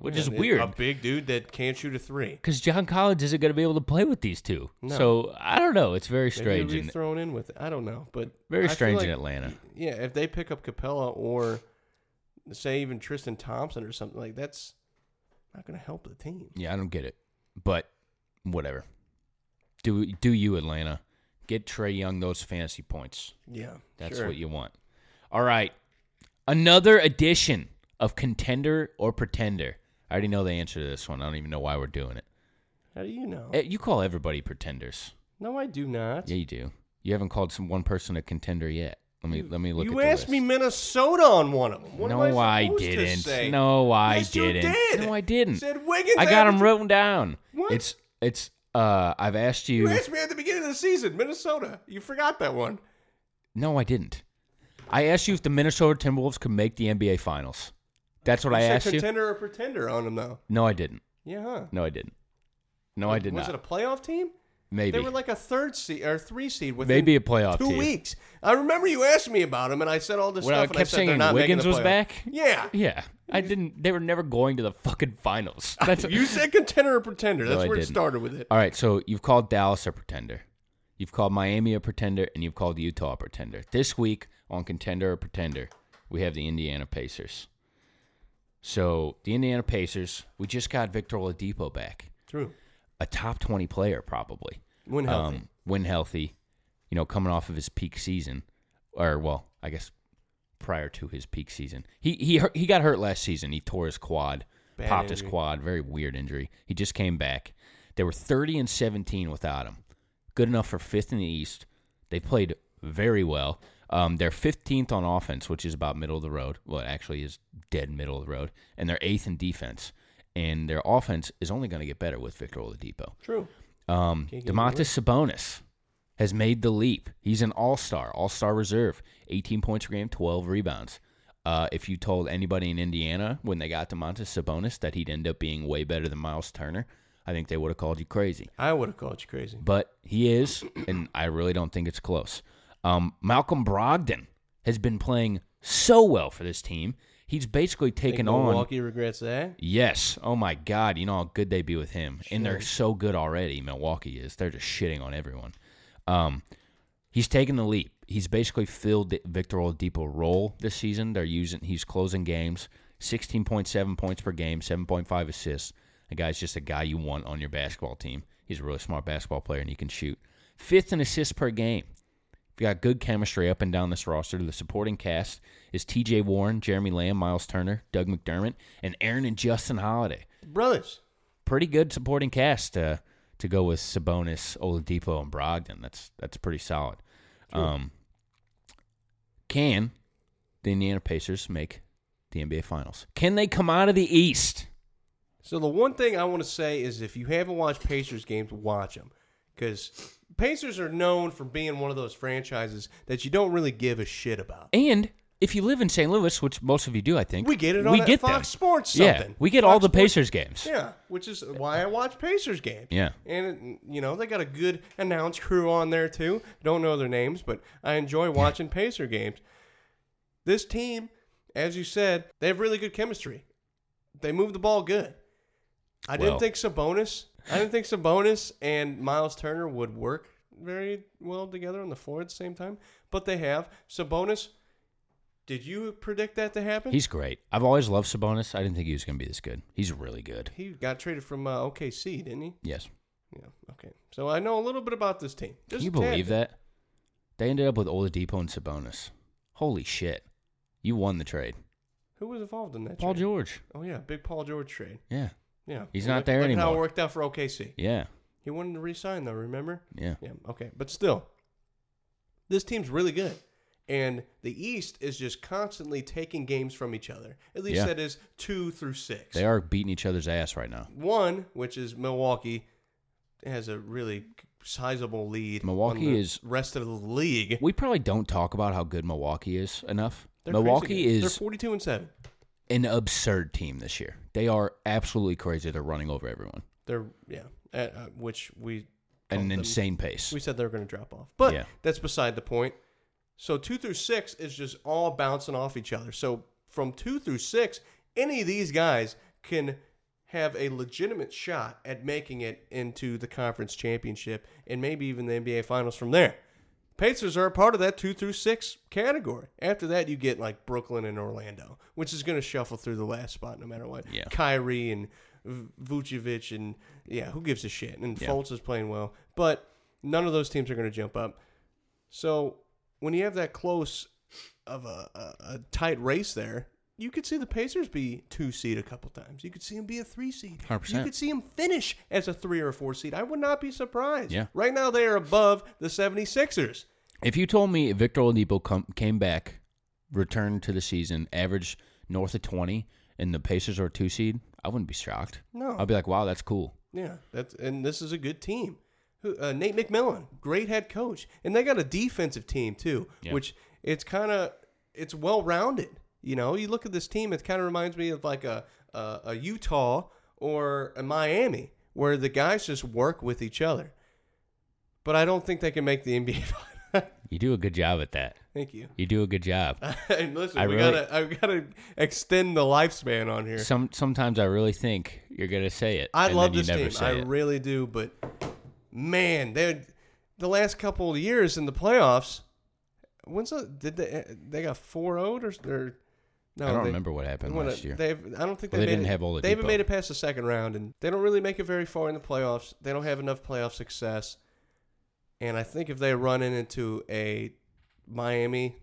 [SPEAKER 2] which
[SPEAKER 3] Yeah,
[SPEAKER 2] is
[SPEAKER 3] they-
[SPEAKER 2] weird.
[SPEAKER 3] A big dude that can't shoot a three.
[SPEAKER 2] because John Collins isn't going to be able to play with these two.
[SPEAKER 3] No.
[SPEAKER 2] So I don't know. It's very strange.
[SPEAKER 3] Maybe
[SPEAKER 2] And
[SPEAKER 3] be thrown in with it. I don't know, but
[SPEAKER 2] Very
[SPEAKER 3] I feel
[SPEAKER 2] strange
[SPEAKER 3] like-
[SPEAKER 2] in Atlanta.
[SPEAKER 3] Yeah, if they pick up Capella or say even Tristan Thompson or something like that's not going to help the team.
[SPEAKER 2] yeah, I don't get it, but whatever. Do do you Atlanta get Trey Young those fantasy points?
[SPEAKER 3] Yeah,
[SPEAKER 2] That's
[SPEAKER 3] sure.
[SPEAKER 2] what you want. All right, another edition of contender or pretender. I already know the answer to this one. I don't even know why we're doing it.
[SPEAKER 3] How do you know?
[SPEAKER 2] Eh, You call everybody pretenders.
[SPEAKER 3] no, I do not.
[SPEAKER 2] Yeah, you do. You haven't called some one person a contender yet. Let me let me look.
[SPEAKER 3] you
[SPEAKER 2] at the
[SPEAKER 3] asked me
[SPEAKER 2] list.
[SPEAKER 3] Minnesota on one of them. What am
[SPEAKER 2] no, I,
[SPEAKER 3] supposed to say?
[SPEAKER 2] didn't. No, I
[SPEAKER 3] Yes, you
[SPEAKER 2] didn't.
[SPEAKER 3] did.
[SPEAKER 2] No, I didn't.
[SPEAKER 3] Said Wiggins.
[SPEAKER 2] I got them
[SPEAKER 3] average-
[SPEAKER 2] written down.
[SPEAKER 3] What?
[SPEAKER 2] It's it's. Uh, I've asked
[SPEAKER 3] You
[SPEAKER 2] you.
[SPEAKER 3] asked me at the beginning of the season, Minnesota. You forgot that one.
[SPEAKER 2] No, I didn't. I asked you if the Minnesota Timberwolves could make the NBA Finals. That's what
[SPEAKER 3] you
[SPEAKER 2] I
[SPEAKER 3] said
[SPEAKER 2] asked you.
[SPEAKER 3] contender or pretender on them though.
[SPEAKER 2] No, I didn't.
[SPEAKER 3] Yeah. Huh?
[SPEAKER 2] No, I didn't. No, I did
[SPEAKER 3] was
[SPEAKER 2] not.
[SPEAKER 3] it a playoff team?
[SPEAKER 2] Maybe.
[SPEAKER 3] They were like a third seed or three seed within
[SPEAKER 2] Maybe a playoff
[SPEAKER 3] two
[SPEAKER 2] team.
[SPEAKER 3] weeks. I remember you asked me about him, and I said all this
[SPEAKER 2] When I
[SPEAKER 3] stuff. and I
[SPEAKER 2] kept
[SPEAKER 3] said
[SPEAKER 2] saying
[SPEAKER 3] they're not making
[SPEAKER 2] Wiggins
[SPEAKER 3] the
[SPEAKER 2] was
[SPEAKER 3] playoff.
[SPEAKER 2] back?
[SPEAKER 3] Yeah,
[SPEAKER 2] yeah, I didn't. They were never going to the fucking finals. That's
[SPEAKER 3] you said contender or pretender.
[SPEAKER 2] No,
[SPEAKER 3] That's
[SPEAKER 2] I
[SPEAKER 3] where
[SPEAKER 2] didn't. Uh,
[SPEAKER 3] it started with it.
[SPEAKER 2] All right, so you've called Dallas a pretender. You've called Miami a pretender, and you've called Utah a pretender. This week on Contender or Pretender, we have the Indiana Pacers. So the Indiana Pacers, we just got Victor Oladipo back,
[SPEAKER 3] True.
[SPEAKER 2] a top twenty player probably
[SPEAKER 3] When healthy,
[SPEAKER 2] Um, when healthy, you know, coming off of his peak season, or well, I guess prior to his peak season, he he hurt, he got hurt last season. He tore his quad,
[SPEAKER 3] Bad
[SPEAKER 2] popped his
[SPEAKER 3] injury.
[SPEAKER 2] quad, very weird injury. He just came back. They were thirty and seventeen without him. Good enough for fifth in the East. They played very well. Um, they're 15th on offense, which is about middle of the road. Well, it actually is dead middle of the road. And they're eighth in defense. And their offense is only going to get better with Victor Oladipo.
[SPEAKER 3] True.
[SPEAKER 2] Um,
[SPEAKER 3] Can't get any
[SPEAKER 2] Demontis Sabonis has made the leap. He's an All Star, All Star reserve, 18 points per game, 12 rebounds. Uh, if you told anybody in Indiana when they got Demontis Sabonis that he'd end up being way better than Miles Turner, I think they would have called you crazy.
[SPEAKER 3] I would have called you crazy.
[SPEAKER 2] But he is, and I really don't think it's close. Um, Malcolm Brogdon has been playing so well for this team. He's basically
[SPEAKER 3] Think
[SPEAKER 2] taken on
[SPEAKER 3] Milwaukee regrets that.
[SPEAKER 2] Yes. Oh my God. You know how good they'd be with him, and they're
[SPEAKER 3] Sure.
[SPEAKER 2] so good already. Milwaukee is. They're just shitting on everyone. Um, he's taken the leap. He's basically filled the Victor Oladipo role this season. They're using. He's closing games. Sixteen point seven points per game. Seven point five assists. The guy's just a guy you want on your basketball team. He's a really smart basketball player, and he can shoot. Fifth in assists per game. We got good chemistry up and down this roster. The supporting cast is T.J. Warren, Jeremy Lamb, Miles Turner, Doug McDermott, and Aaron and Justin Holiday.
[SPEAKER 3] Brothers.
[SPEAKER 2] Pretty good supporting cast uh, to go with Sabonis, Oladipo, and Brogdon. That's that's pretty solid. Um, can the Indiana Pacers make the NBA Finals? Can they come out of the East?
[SPEAKER 3] So the one thing I want to say is if you haven't watched Pacers games, watch them because Pacers are known for being one of those franchises that you don't really give a shit about.
[SPEAKER 2] And if you live in St. Louis, which most of you do, I think
[SPEAKER 3] We get it on that Fox
[SPEAKER 2] them.
[SPEAKER 3] Sports
[SPEAKER 2] Yeah,
[SPEAKER 3] something.
[SPEAKER 2] we get all
[SPEAKER 3] Fox
[SPEAKER 2] the
[SPEAKER 3] Sports-
[SPEAKER 2] Pacers games.
[SPEAKER 3] Yeah, which is why I watch Pacers games.
[SPEAKER 2] Yeah.
[SPEAKER 3] and you know they got a good announce crew on there too. Don't know their names, but I enjoy watching Pacer games. This team, as you said, they have really good chemistry. They move the ball good. I
[SPEAKER 2] Well.
[SPEAKER 3] didn't think Sabonis. I didn't think Sabonis and Miles Turner would work very well together on the floor at the same time, but they have Sabonis. Did you predict that to happen?
[SPEAKER 2] He's great. I've always loved Sabonis. I didn't think he was going to be this good. He's really good.
[SPEAKER 3] he got traded from uh, OKC, didn't he?
[SPEAKER 2] Yes.
[SPEAKER 3] Yeah. Okay. So I know a little bit about this team.
[SPEAKER 2] Can
[SPEAKER 3] Just
[SPEAKER 2] you
[SPEAKER 3] a tad
[SPEAKER 2] believe
[SPEAKER 3] bit.
[SPEAKER 2] that? They ended up with Oladipo and Sabonis. Holy shit. You won the trade.
[SPEAKER 3] Who was involved in that?
[SPEAKER 2] Paul
[SPEAKER 3] trade?
[SPEAKER 2] George.
[SPEAKER 3] Oh yeah, big Paul George trade.
[SPEAKER 2] Yeah.
[SPEAKER 3] Yeah.
[SPEAKER 2] He's
[SPEAKER 3] And
[SPEAKER 2] not
[SPEAKER 3] look-
[SPEAKER 2] there
[SPEAKER 3] look How it
[SPEAKER 2] anymore.
[SPEAKER 3] worked out for OKC.
[SPEAKER 2] Yeah.
[SPEAKER 3] He wanted to resign though. Remember?
[SPEAKER 2] Yeah.
[SPEAKER 3] Yeah. Okay. But still, this team's really good, and the East is just constantly taking games from each other. At least
[SPEAKER 2] Yeah.
[SPEAKER 3] that is two through six.
[SPEAKER 2] They are beating each other's ass right now.
[SPEAKER 3] one, which is Milwaukee, has a really sizable lead. on
[SPEAKER 2] Milwaukee
[SPEAKER 3] the
[SPEAKER 2] is-
[SPEAKER 3] rest of the league.
[SPEAKER 2] We probably don't talk about how good Milwaukee is enough.
[SPEAKER 3] They're crazy
[SPEAKER 2] Milwaukee
[SPEAKER 3] good.
[SPEAKER 2] is
[SPEAKER 3] they're forty-two and seven.
[SPEAKER 2] an absurd team this year. They are absolutely crazy. They're running over everyone
[SPEAKER 3] They're yeah, at, uh, which we
[SPEAKER 2] at an
[SPEAKER 3] called them-
[SPEAKER 2] insane pace.
[SPEAKER 3] We said they were going to drop off, but
[SPEAKER 2] Yeah.
[SPEAKER 3] that's beside the point. So two through six is just all bouncing off each other. So from two through six, any of these guys can have a legitimate shot at making it into the conference championship and maybe even the NBA finals from there. Pacers are a part of that two through six category. After that, you get like Brooklyn and Orlando, which is going to shuffle through the last spot no matter what.
[SPEAKER 2] Yeah.
[SPEAKER 3] Kyrie and V- Vucevic and yeah, who gives a shit? And
[SPEAKER 2] Yeah.
[SPEAKER 3] Fultz is playing well, but none of those teams are going to jump up. So when you have that close of a, a, a tight race there, you could see the Pacers be two seed a couple times. You could see them be a three seed.
[SPEAKER 2] 100%.
[SPEAKER 3] You could see them finish as a three or a four seed. I would not be surprised.
[SPEAKER 2] Yeah.
[SPEAKER 3] Right now they are above the 76ers.
[SPEAKER 2] If you told me Victor Oladipo come, came back, returned to the season, averaged north of 20, and the Pacers are a two seed, I wouldn't be shocked.
[SPEAKER 3] No.
[SPEAKER 2] I'd be like, wow, that's cool.
[SPEAKER 3] Yeah, that's and this is a good team. Who- Uh, Nate McMillan, great head coach, and they got a defensive team too,
[SPEAKER 2] Yeah.
[SPEAKER 3] which it's kind of it's well rounded. You know, you look at this team; it kind of reminds me of like a, a a Utah or a Miami, where the guys just work with each other. But I don't think they can make the NBA. final.
[SPEAKER 2] You do a good job at that.
[SPEAKER 3] Thank you.
[SPEAKER 2] You do a good job.
[SPEAKER 3] and listen,
[SPEAKER 2] I
[SPEAKER 3] we
[SPEAKER 2] really-
[SPEAKER 3] gotta I gotta extend the lifespan on here.
[SPEAKER 2] Some sometimes I really think you're gonna say it.
[SPEAKER 3] I
[SPEAKER 2] and
[SPEAKER 3] love
[SPEAKER 2] then you
[SPEAKER 3] this
[SPEAKER 2] never
[SPEAKER 3] team.
[SPEAKER 2] say
[SPEAKER 3] I
[SPEAKER 2] it.
[SPEAKER 3] really do, but man, they the last couple of years in the playoffs. When's the did they they got four owed or, or no?
[SPEAKER 2] I don't
[SPEAKER 3] they-
[SPEAKER 2] remember what happened
[SPEAKER 3] when-
[SPEAKER 2] last year.
[SPEAKER 3] They've I don't think
[SPEAKER 2] Well,
[SPEAKER 3] they,
[SPEAKER 2] they
[SPEAKER 3] made
[SPEAKER 2] didn't
[SPEAKER 3] it-
[SPEAKER 2] have Oladipo.
[SPEAKER 3] They haven't made it past the second round, and they don't really make it very far in the playoffs. They don't have enough playoff success, and I think if they run in into a Miami,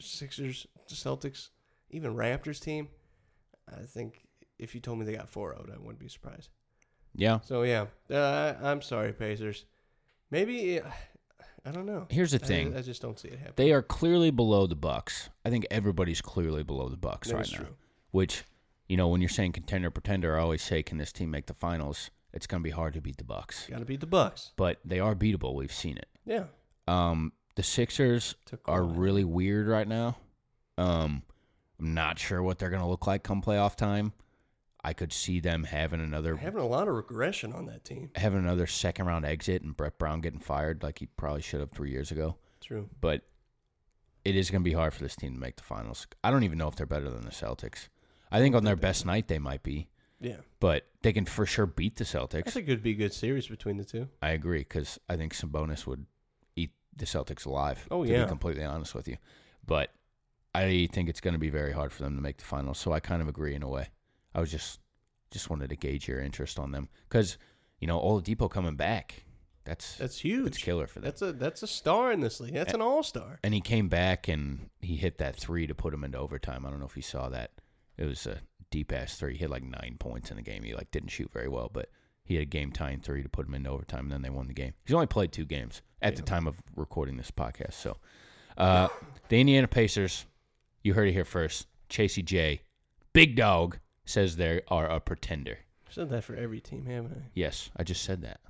[SPEAKER 3] Sixers, Celtics, even Raptors team, I think if you told me they got four owed, I wouldn't be surprised.
[SPEAKER 2] yeah.
[SPEAKER 3] So yeah, uh, I- I'm sorry, Pacers. Maybe uh, I don't know.
[SPEAKER 2] Here's the
[SPEAKER 3] I-
[SPEAKER 2] thing.
[SPEAKER 3] I, just don't see it happening.
[SPEAKER 2] They are clearly below the Bucks. I think everybody's clearly below the Bucks
[SPEAKER 3] That
[SPEAKER 2] right
[SPEAKER 3] is
[SPEAKER 2] now.
[SPEAKER 3] true.
[SPEAKER 2] Which, you know, when you're saying contender pretender, I always say, can this team make the finals? It's going to be hard to beat the Bucks,
[SPEAKER 3] Got to beat the Bucks.
[SPEAKER 2] but they are beatable. We've seen it.
[SPEAKER 3] Yeah.
[SPEAKER 2] Um, the Sixers
[SPEAKER 3] Took a
[SPEAKER 2] are
[SPEAKER 3] while.
[SPEAKER 2] really weird right now. Um, I'm not sure what they're going to look like come playoff time. I could see them having
[SPEAKER 3] They're
[SPEAKER 2] another
[SPEAKER 3] having a lot of regression on that team.
[SPEAKER 2] having another second round exit and Brett Brown getting fired like he probably should have three years ago.
[SPEAKER 3] True.
[SPEAKER 2] But it is going to be hard for this team to make the finals. I don't even know if they're better than the Celtics. I think on their best night they might be,
[SPEAKER 3] Yeah.
[SPEAKER 2] but they can for sure beat the
[SPEAKER 3] I
[SPEAKER 2] Celtics.
[SPEAKER 3] think it would be a good series between the two.
[SPEAKER 2] I agree because I think Sabonis would eat the Celtics alive.
[SPEAKER 3] Oh,
[SPEAKER 2] to
[SPEAKER 3] yeah.
[SPEAKER 2] be completely honest with you, but I think it's going to be very hard for them to make the finals. So I kind of agree in a way. I was just just wanted to gauge your interest on them because you know Oladipo coming back. That's
[SPEAKER 3] That's huge.
[SPEAKER 2] That's killer for them.
[SPEAKER 3] That's a that's a star in this league. That's an all star.
[SPEAKER 2] and he came back and he hit that three to put him into overtime. I don't know if you saw that. It was a deep ass three. He had like nine points in the game. He like didn't shoot very well, but he had a game tying three to put him into overtime, and then they won the game. He's only played two games at the time of recording this podcast. So, uh, the Indiana Pacers, you heard it here first. Chasey J, big dog, says they are a pretender.
[SPEAKER 3] said that for every team, haven't I?
[SPEAKER 2] Yes, I just said that.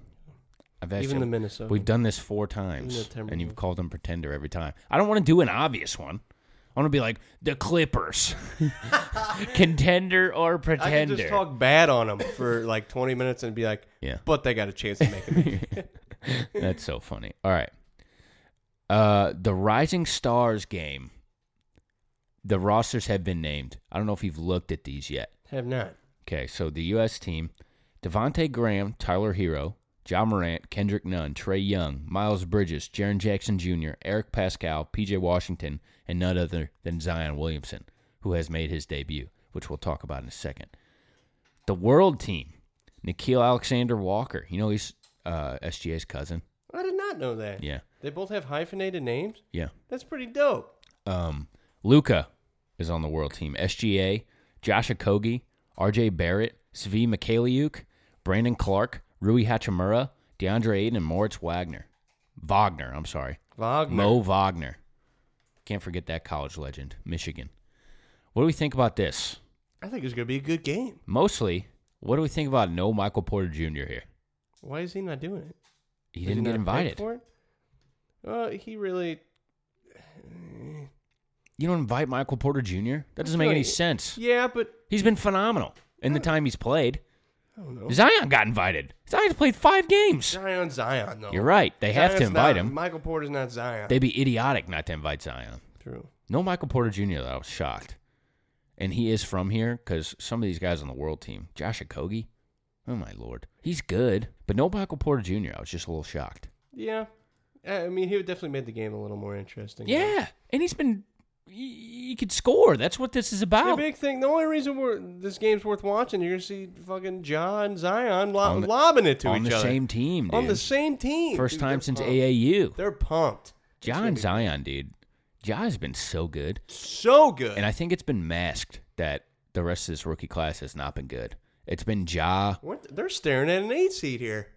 [SPEAKER 2] I've
[SPEAKER 3] Even the Minnesota.
[SPEAKER 2] We've done this four
[SPEAKER 3] Even
[SPEAKER 2] times,
[SPEAKER 3] the
[SPEAKER 2] and you've
[SPEAKER 3] Timberwolves.
[SPEAKER 2] called them pretender every time. I don't want to do an obvious one. I want to be like the Clippers, contender or
[SPEAKER 3] I
[SPEAKER 2] pretender.
[SPEAKER 3] can just talk bad on them for like 20 minutes and be like,
[SPEAKER 2] Yeah.
[SPEAKER 3] but they got a chance of making it.
[SPEAKER 2] That's so funny. All right, uh, the Rising Stars game. The rosters have been named. I don't know if you've looked at these yet.
[SPEAKER 3] Have not.
[SPEAKER 2] Okay, so the U.S. team: Devonte Graham, Tyler Hero, John Morant, Kendrick Nunn, Trey Young, Miles Bridges, Jaron Jackson Jr., Eric Pascal, P.J. Washington, and none other than Zion Williamson, who has made his debut, which we'll talk about in a second. The world team: Nikhil Alexander Walker. You know he's uh, SGA's cousin.
[SPEAKER 3] I did not know that.
[SPEAKER 2] Yeah,
[SPEAKER 3] They both have hyphenated names.
[SPEAKER 2] yeah.
[SPEAKER 3] That's pretty dope.
[SPEAKER 2] Um, Luca is on the world team. SGA, Josh Okogie, RJ Barrett, Svi Mikhailiuk, Brandon Clark, Rui Hachimura, DeAndre Ayton, and Moritz Wagner. Wagner, I'm sorry.
[SPEAKER 3] Wagner.
[SPEAKER 2] Mo Wagner. Can't forget that college legend, Michigan. What do we think about this?
[SPEAKER 3] I think it's going to be a good game.
[SPEAKER 2] Mostly, what do we think about no Michael Porter Jr. here?
[SPEAKER 3] Why is he not doing it?
[SPEAKER 2] He
[SPEAKER 3] Was
[SPEAKER 2] didn't
[SPEAKER 3] not
[SPEAKER 2] get
[SPEAKER 3] picked
[SPEAKER 2] invited.
[SPEAKER 3] For it? Uh, he really.
[SPEAKER 2] You don't invite Michael Porter Jr.? That doesn't make any sense.
[SPEAKER 3] Yeah, but
[SPEAKER 2] He's been phenomenal in the time he's played.
[SPEAKER 3] I don't know.
[SPEAKER 2] Zion got invited. Zion's played five games.
[SPEAKER 3] Zion, Zion, though.
[SPEAKER 2] You're right. They have to
[SPEAKER 3] Zion's
[SPEAKER 2] invite
[SPEAKER 3] not-
[SPEAKER 2] him.
[SPEAKER 3] Michael Porter's not Zion.
[SPEAKER 2] They'd be idiotic not to invite Zion.
[SPEAKER 3] True.
[SPEAKER 2] No Michael Porter Jr. though. I was shocked. And he is from here because some of these guys on the world team, Josh Okogie, oh my lord, he's good. But no Michael Porter Jr. I was just a little shocked.
[SPEAKER 3] Yeah. I I mean, he would definitely made the game a little more interesting.
[SPEAKER 2] Yeah, and he's been he, he could score. That's what this is
[SPEAKER 3] The
[SPEAKER 2] about.
[SPEAKER 3] big thing, the only reason we're, this game's worth watching, you're going to see fucking John Zion lo-
[SPEAKER 2] On the-
[SPEAKER 3] lobbing it to
[SPEAKER 2] on
[SPEAKER 3] each
[SPEAKER 2] the
[SPEAKER 3] other.
[SPEAKER 2] same team, dude.
[SPEAKER 3] On the same team.
[SPEAKER 2] First
[SPEAKER 3] Dude,
[SPEAKER 2] time
[SPEAKER 3] they're
[SPEAKER 2] since
[SPEAKER 3] pumped.
[SPEAKER 2] AAU.
[SPEAKER 3] They're pumped. It's gonna
[SPEAKER 2] John
[SPEAKER 3] be
[SPEAKER 2] Zion, dude. John's been so good.
[SPEAKER 3] So good.
[SPEAKER 2] And I think it's been masked that the rest of this rookie class has not been good. It's been Ja.
[SPEAKER 3] Weren't- they're staring at an eight seed here.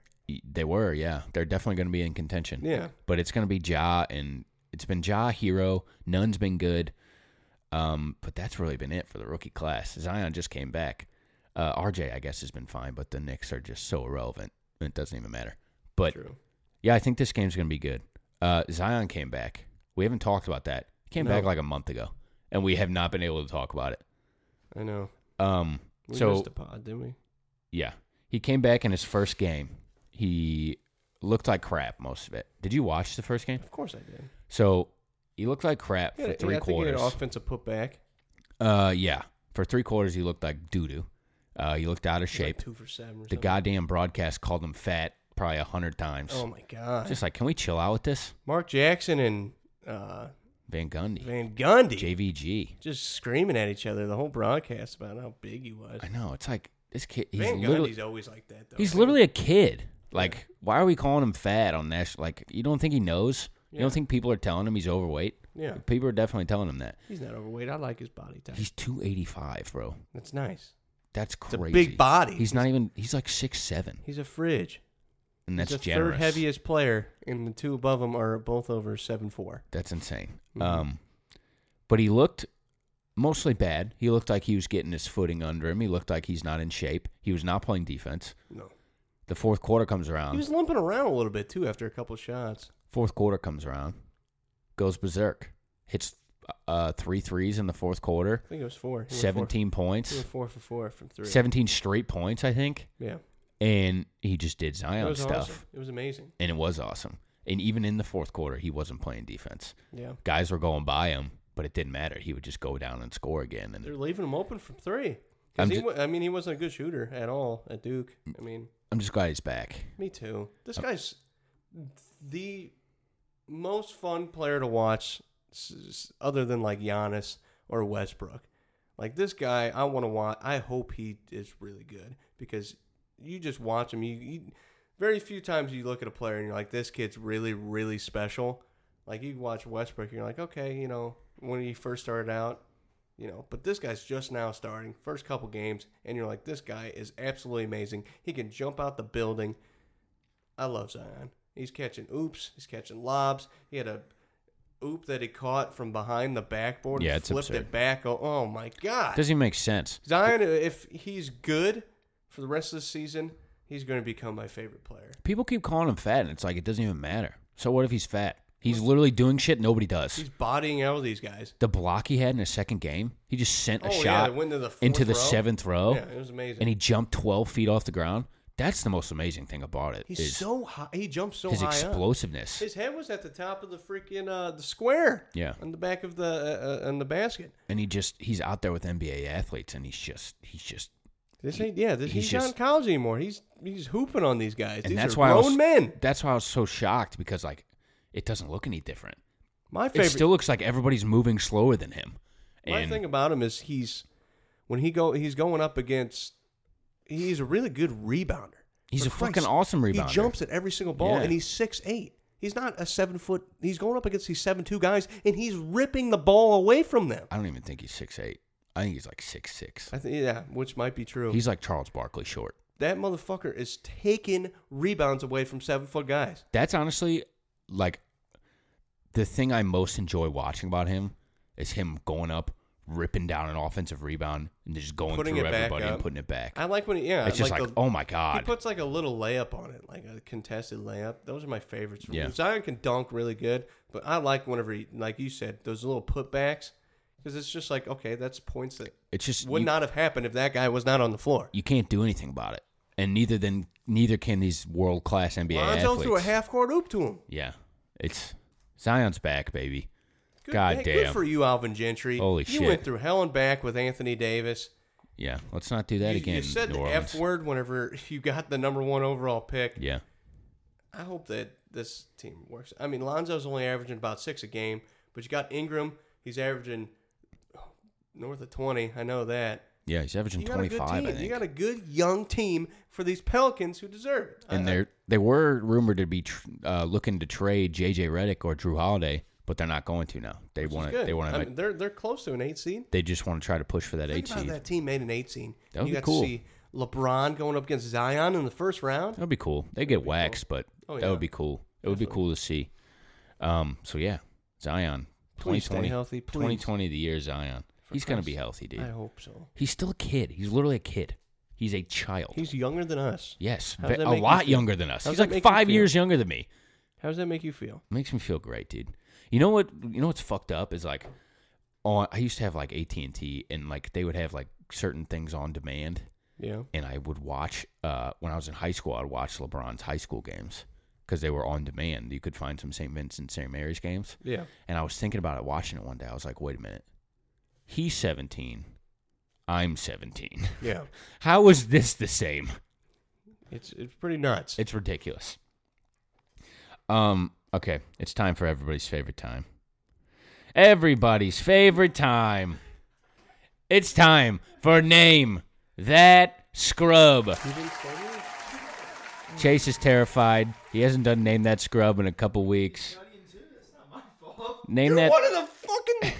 [SPEAKER 2] They were, yeah. They're definitely going to be in contention.
[SPEAKER 3] Yeah.
[SPEAKER 2] But it's going to be Ja, and it's been Ja, Hero. None's been good. Um, but that's really been it for the rookie class. Zion just came back. Uh, RJ, I guess, has been fine, but the Knicks are just so irrelevant. It doesn't even matter. But
[SPEAKER 3] True.
[SPEAKER 2] yeah, I think this game's going to be good. Uh, Zion came back. We haven't talked about that. He came
[SPEAKER 3] No.
[SPEAKER 2] back like a month ago, and we have not been able to talk about it.
[SPEAKER 3] I know.
[SPEAKER 2] Um,
[SPEAKER 3] We
[SPEAKER 2] so
[SPEAKER 3] missed a pod, didn't we?
[SPEAKER 2] yeah, he came back in his first game. He looked like crap most of it. Did you watch the first game?
[SPEAKER 3] Of course I did.
[SPEAKER 2] So he looked like crap
[SPEAKER 3] Yeah,
[SPEAKER 2] for
[SPEAKER 3] yeah,
[SPEAKER 2] three
[SPEAKER 3] I think he had
[SPEAKER 2] quarters.
[SPEAKER 3] an offensive putback.
[SPEAKER 2] uh, yeah, for three quarters he looked like doo doo. Uh, he looked out of
[SPEAKER 3] He's like
[SPEAKER 2] shape.
[SPEAKER 3] two for seven. Or
[SPEAKER 2] the
[SPEAKER 3] something.
[SPEAKER 2] goddamn broadcast called him fat probably a hundred times.
[SPEAKER 3] Oh my god.
[SPEAKER 2] Just like, can we chill out with this?
[SPEAKER 3] Mark Jackson and uh,
[SPEAKER 2] Van Gundy,
[SPEAKER 3] Van Gundy
[SPEAKER 2] JVG.
[SPEAKER 3] just screaming at each other the whole broadcast about how big he was.
[SPEAKER 2] I know it's like this kid. He's
[SPEAKER 3] Van
[SPEAKER 2] literally
[SPEAKER 3] Gundy's always like that though.
[SPEAKER 2] he's literally a kid. Like, why are we calling him fat on national? Like, you don't think he knows? You
[SPEAKER 3] Yeah.
[SPEAKER 2] don't think people are telling him he's overweight?
[SPEAKER 3] yeah.
[SPEAKER 2] People are definitely telling him that.
[SPEAKER 3] He's not overweight. I like his body type.
[SPEAKER 2] He's 285, bro.
[SPEAKER 3] That's nice.
[SPEAKER 2] That's
[SPEAKER 3] a
[SPEAKER 2] crazy.
[SPEAKER 3] big body.
[SPEAKER 2] He's not even, he's like six seven.
[SPEAKER 3] He's a fridge.
[SPEAKER 2] and that's
[SPEAKER 3] He's the
[SPEAKER 2] generous.
[SPEAKER 3] third heaviest player, and the two above him are both over seven four.
[SPEAKER 2] That's insane.
[SPEAKER 3] Mhm.
[SPEAKER 2] Um, but he looked mostly bad. He looked like he was getting his footing under him. He looked like he's not in shape. He was not playing defense.
[SPEAKER 3] No,
[SPEAKER 2] The fourth quarter comes around.
[SPEAKER 3] he was limping around a little bit too after a couple shots.
[SPEAKER 2] Fourth quarter comes around, goes berserk, hits uh, three threes in the fourth quarter,
[SPEAKER 3] I think it was four. He went
[SPEAKER 2] seventeen
[SPEAKER 3] Four, he
[SPEAKER 2] points,
[SPEAKER 3] went four for four from three.
[SPEAKER 2] seventeen straight points, I think,
[SPEAKER 3] Yeah,
[SPEAKER 2] and he just did
[SPEAKER 3] It
[SPEAKER 2] Zion
[SPEAKER 3] was
[SPEAKER 2] stuff,
[SPEAKER 3] awesome. It was amazing.
[SPEAKER 2] and it was awesome. And even in the fourth quarter, he wasn't playing defense.
[SPEAKER 3] Yeah,
[SPEAKER 2] Guys were going by him, but it didn't matter. He would just go down and score again. And
[SPEAKER 3] they're leaving him open from three.
[SPEAKER 2] I'm
[SPEAKER 3] Cause he,
[SPEAKER 2] ju- Mm.
[SPEAKER 3] wa- I mean, he wasn't a good shooter at all at Duke. I mean,
[SPEAKER 2] I'm just glad he's back.
[SPEAKER 3] me too. This guy's the most fun player to watch, s- s- other than like Giannis or Westbrook. Like this guy, I want to watch. I hope he is really good because you just watch him. You, you very few times you look at a player and you're like, this kid's really, really special. Like you watch Westbrook, you're like, okay, you know, when he first started out, you know, but this guy's just now starting, first couple games, and you're like, this guy is absolutely amazing. He can jump out the building. I love Zion. He's catching oops, he's catching lobs. He had a oop that he caught from behind the backboard
[SPEAKER 2] Yeah,
[SPEAKER 3] and
[SPEAKER 2] it's
[SPEAKER 3] flipped
[SPEAKER 2] absurd.
[SPEAKER 3] it back. Oh, oh my god.
[SPEAKER 2] Doesn't even make sense.
[SPEAKER 3] Zion, if he's good for the rest of the season, he's going to become my favorite player.
[SPEAKER 2] People keep calling him fat, and it's like it doesn't even matter. So what if he's fat? He's literally doing shit nobody does.
[SPEAKER 3] He's bodying out these guys.
[SPEAKER 2] The block he had in his second game, he just sent a
[SPEAKER 3] Oh, yeah,
[SPEAKER 2] shot
[SPEAKER 3] that went to the fourth
[SPEAKER 2] into the
[SPEAKER 3] row.
[SPEAKER 2] seventh row,
[SPEAKER 3] Yeah, it was amazing.
[SPEAKER 2] and he jumped twelve feet off the ground. That's the most amazing thing about it.
[SPEAKER 3] he's
[SPEAKER 2] is
[SPEAKER 3] so high. He jumps so
[SPEAKER 2] his
[SPEAKER 3] high up.
[SPEAKER 2] explosiveness.
[SPEAKER 3] His head was at the top of the freaking uh, the square.
[SPEAKER 2] Yeah.
[SPEAKER 3] on the back of the uh, uh, on the basket.
[SPEAKER 2] and he just he's out there with NBA athletes, and he's just he's just
[SPEAKER 3] This ain't yeah. This,
[SPEAKER 2] He's
[SPEAKER 3] he's, not in
[SPEAKER 2] just-
[SPEAKER 3] college anymore. He's he's hooping on these guys.
[SPEAKER 2] and
[SPEAKER 3] these
[SPEAKER 2] that's
[SPEAKER 3] are
[SPEAKER 2] why
[SPEAKER 3] grown
[SPEAKER 2] I was,
[SPEAKER 3] men.
[SPEAKER 2] That's why I was so shocked because like it doesn't look any different.
[SPEAKER 3] My
[SPEAKER 2] It
[SPEAKER 3] favorite.
[SPEAKER 2] still looks like everybody's moving slower than him.
[SPEAKER 3] My
[SPEAKER 2] And
[SPEAKER 3] thing about him is he's when he go he's going up against he's a really good rebounder.
[SPEAKER 2] He's
[SPEAKER 3] For
[SPEAKER 2] a fucking
[SPEAKER 3] Christ's-
[SPEAKER 2] awesome
[SPEAKER 3] He
[SPEAKER 2] rebounder.
[SPEAKER 3] jumps at every single ball
[SPEAKER 2] Yeah.
[SPEAKER 3] and he's six eight. He's not a seven foot he's going up against these seven two guys and he's ripping the ball away from them.
[SPEAKER 2] I don't even think he's six eight. I think he's like six six.
[SPEAKER 3] I think yeah, which might be true.
[SPEAKER 2] He's like Charles Barkley short.
[SPEAKER 3] that motherfucker is taking rebounds away from seven foot guys.
[SPEAKER 2] That's honestly like the thing I most enjoy watching about him is him going up, ripping down an offensive rebound, and just going
[SPEAKER 3] Putting
[SPEAKER 2] through
[SPEAKER 3] it back
[SPEAKER 2] everybody and
[SPEAKER 3] up.
[SPEAKER 2] putting it back.
[SPEAKER 3] I like when he yeah,
[SPEAKER 2] it's just like,
[SPEAKER 3] the-
[SPEAKER 2] oh my
[SPEAKER 3] He
[SPEAKER 2] god,
[SPEAKER 3] puts like a little layup on it, like a contested layup. Those are my favorites. from
[SPEAKER 2] Yeah.
[SPEAKER 3] him. Zion can dunk really good, but I like whenever he, like you said, those little putbacks because it's just like okay, that's points that
[SPEAKER 2] it's just
[SPEAKER 3] would
[SPEAKER 2] you,
[SPEAKER 3] not have happened if that guy was not on the floor.
[SPEAKER 2] you can't do anything about it, and neither then neither can these world class NBA
[SPEAKER 3] Lonzo
[SPEAKER 2] athletes.
[SPEAKER 3] threw a half court oop to him.
[SPEAKER 2] yeah, it's Zion's back, baby.
[SPEAKER 3] Good,
[SPEAKER 2] God
[SPEAKER 3] hey,
[SPEAKER 2] damn.
[SPEAKER 3] Good for you, Alvin Gentry.
[SPEAKER 2] Holy
[SPEAKER 3] you
[SPEAKER 2] shit.
[SPEAKER 3] went through hell and back with Anthony Davis.
[SPEAKER 2] Yeah, let's not do that
[SPEAKER 3] you,
[SPEAKER 2] again.
[SPEAKER 3] You said
[SPEAKER 2] New
[SPEAKER 3] the
[SPEAKER 2] Orleans.
[SPEAKER 3] F word whenever you got the number one overall pick.
[SPEAKER 2] Yeah,
[SPEAKER 3] I hope that this team works. I mean, Lonzo's only averaging about six a game, but you got Ingram. He's averaging north of 20. I know that.
[SPEAKER 2] yeah, he's averaging
[SPEAKER 3] You got a
[SPEAKER 2] twenty
[SPEAKER 3] good
[SPEAKER 2] five. I
[SPEAKER 3] team.
[SPEAKER 2] think.
[SPEAKER 3] You got a good young team for these Pelicans who deserve it.
[SPEAKER 2] and
[SPEAKER 3] I- I-
[SPEAKER 2] they're they were rumored to be tr- uh, looking to trade JJ Redick or Drew Holiday, but they're not going to now. They
[SPEAKER 3] which is
[SPEAKER 2] want to.
[SPEAKER 3] good.
[SPEAKER 2] They want
[SPEAKER 3] I
[SPEAKER 2] to.
[SPEAKER 3] mean, they're they're close to an eight seed.
[SPEAKER 2] they just want to try to push for that
[SPEAKER 3] Think
[SPEAKER 2] eight
[SPEAKER 3] about
[SPEAKER 2] seed.
[SPEAKER 3] that team made an eight seed.
[SPEAKER 2] That would
[SPEAKER 3] you
[SPEAKER 2] be
[SPEAKER 3] got
[SPEAKER 2] cool.
[SPEAKER 3] to see LeBron going up against Zion in the first round.
[SPEAKER 2] That'd be cool. They get waxed, but
[SPEAKER 3] Oh,
[SPEAKER 2] that
[SPEAKER 3] yeah.
[SPEAKER 2] would be cool. It would be cool to see. Um. So yeah, Zion.
[SPEAKER 3] Please stay
[SPEAKER 2] 2020
[SPEAKER 3] healthy, please.
[SPEAKER 2] 2020, the year Zion.
[SPEAKER 3] For
[SPEAKER 2] he's gonna
[SPEAKER 3] Christ's
[SPEAKER 2] be
[SPEAKER 3] sake.
[SPEAKER 2] healthy, dude.
[SPEAKER 3] I hope so.
[SPEAKER 2] He's still a kid. He's literally a kid. He's a child.
[SPEAKER 3] He's younger than us.
[SPEAKER 2] yes,
[SPEAKER 3] How does
[SPEAKER 2] ve-
[SPEAKER 3] that
[SPEAKER 2] a
[SPEAKER 3] make you
[SPEAKER 2] lot
[SPEAKER 3] feel?
[SPEAKER 2] younger than us.
[SPEAKER 3] How
[SPEAKER 2] He's
[SPEAKER 3] does that
[SPEAKER 2] like
[SPEAKER 3] make you
[SPEAKER 2] five
[SPEAKER 3] feel?
[SPEAKER 2] years younger than me.
[SPEAKER 3] How does that make you feel?
[SPEAKER 2] Makes me feel great, dude. You know what? You know what's fucked up is like, on I used to have like AT and T, and like they would have like certain things on demand,
[SPEAKER 3] Yeah.
[SPEAKER 2] and I would watch. Uh, when I was in high school, I'd watch LeBron's high school games because they were on demand. You could find some St. Vincent, St. Mary's games,
[SPEAKER 3] Yeah.
[SPEAKER 2] and I was thinking about it, watching it one day. I was like, wait a minute, he's seventeen, I'm seventeen.
[SPEAKER 3] Yeah.
[SPEAKER 2] How is this the same?
[SPEAKER 3] It's it's pretty nuts.
[SPEAKER 2] It's ridiculous. Um. Okay, it's time for everybody's favorite time. Everybody's favorite time. It's time for name that scrub. Chase is terrified. He hasn't done name that scrub in a couple weeks. Name that
[SPEAKER 3] What are the fucking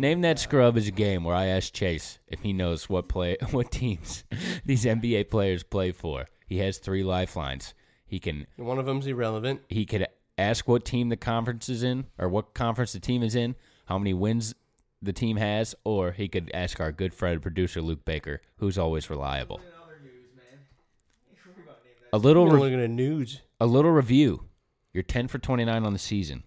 [SPEAKER 2] name that scrub is a game where I ask Chase if he knows what play what teams these NBA players play for. He has three lifelines. He can
[SPEAKER 3] One of them's irrelevant.
[SPEAKER 2] he could ask what team the conference is in or what conference the team is in, how many wins the team has, or he could ask our good friend producer Luke Baker, who's always reliable. A little
[SPEAKER 3] We're
[SPEAKER 2] re-
[SPEAKER 3] looking at nudes.
[SPEAKER 2] a little review. You're 10 for 29 on the season.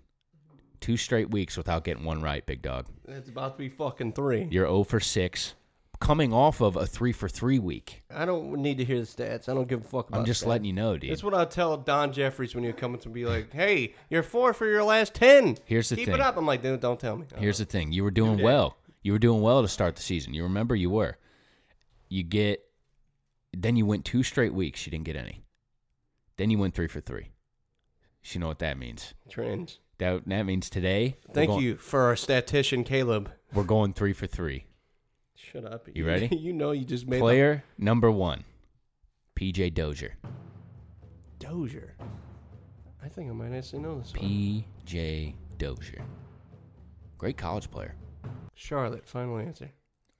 [SPEAKER 2] Two straight weeks without getting one right, big dog.
[SPEAKER 3] That's about to be fucking three.
[SPEAKER 2] You're 0 for 6, coming off of a 3 for 3 week.
[SPEAKER 3] I don't need to hear the stats. I don't give a fuck about
[SPEAKER 2] I'm just
[SPEAKER 3] stats.
[SPEAKER 2] letting you know, dude.
[SPEAKER 3] That's what I'll tell Don Jeffries when you're coming to be like, hey, you're four for your last 10.
[SPEAKER 2] Here's the
[SPEAKER 3] Keep
[SPEAKER 2] thing.
[SPEAKER 3] it up. I'm like, dude, don't tell me. Oh,
[SPEAKER 2] Here's the thing: you were doing
[SPEAKER 3] that.
[SPEAKER 2] well. You were doing well to start the season. You remember you were. You get, then you went two straight weeks. You didn't get any. Then you went three for three. So you know what that means.
[SPEAKER 3] Trends.
[SPEAKER 2] That that means today. we're
[SPEAKER 3] Thank
[SPEAKER 2] going-
[SPEAKER 3] you for our statistician, Caleb.
[SPEAKER 2] We're going three for three.
[SPEAKER 3] Shut up.
[SPEAKER 2] You ready?
[SPEAKER 3] you know you just made
[SPEAKER 2] Player number one, PJ Dozier.
[SPEAKER 3] the Dozier. I think I might actually know this one.
[SPEAKER 2] PJ Dozier. Great college player.
[SPEAKER 3] Charlotte, final answer.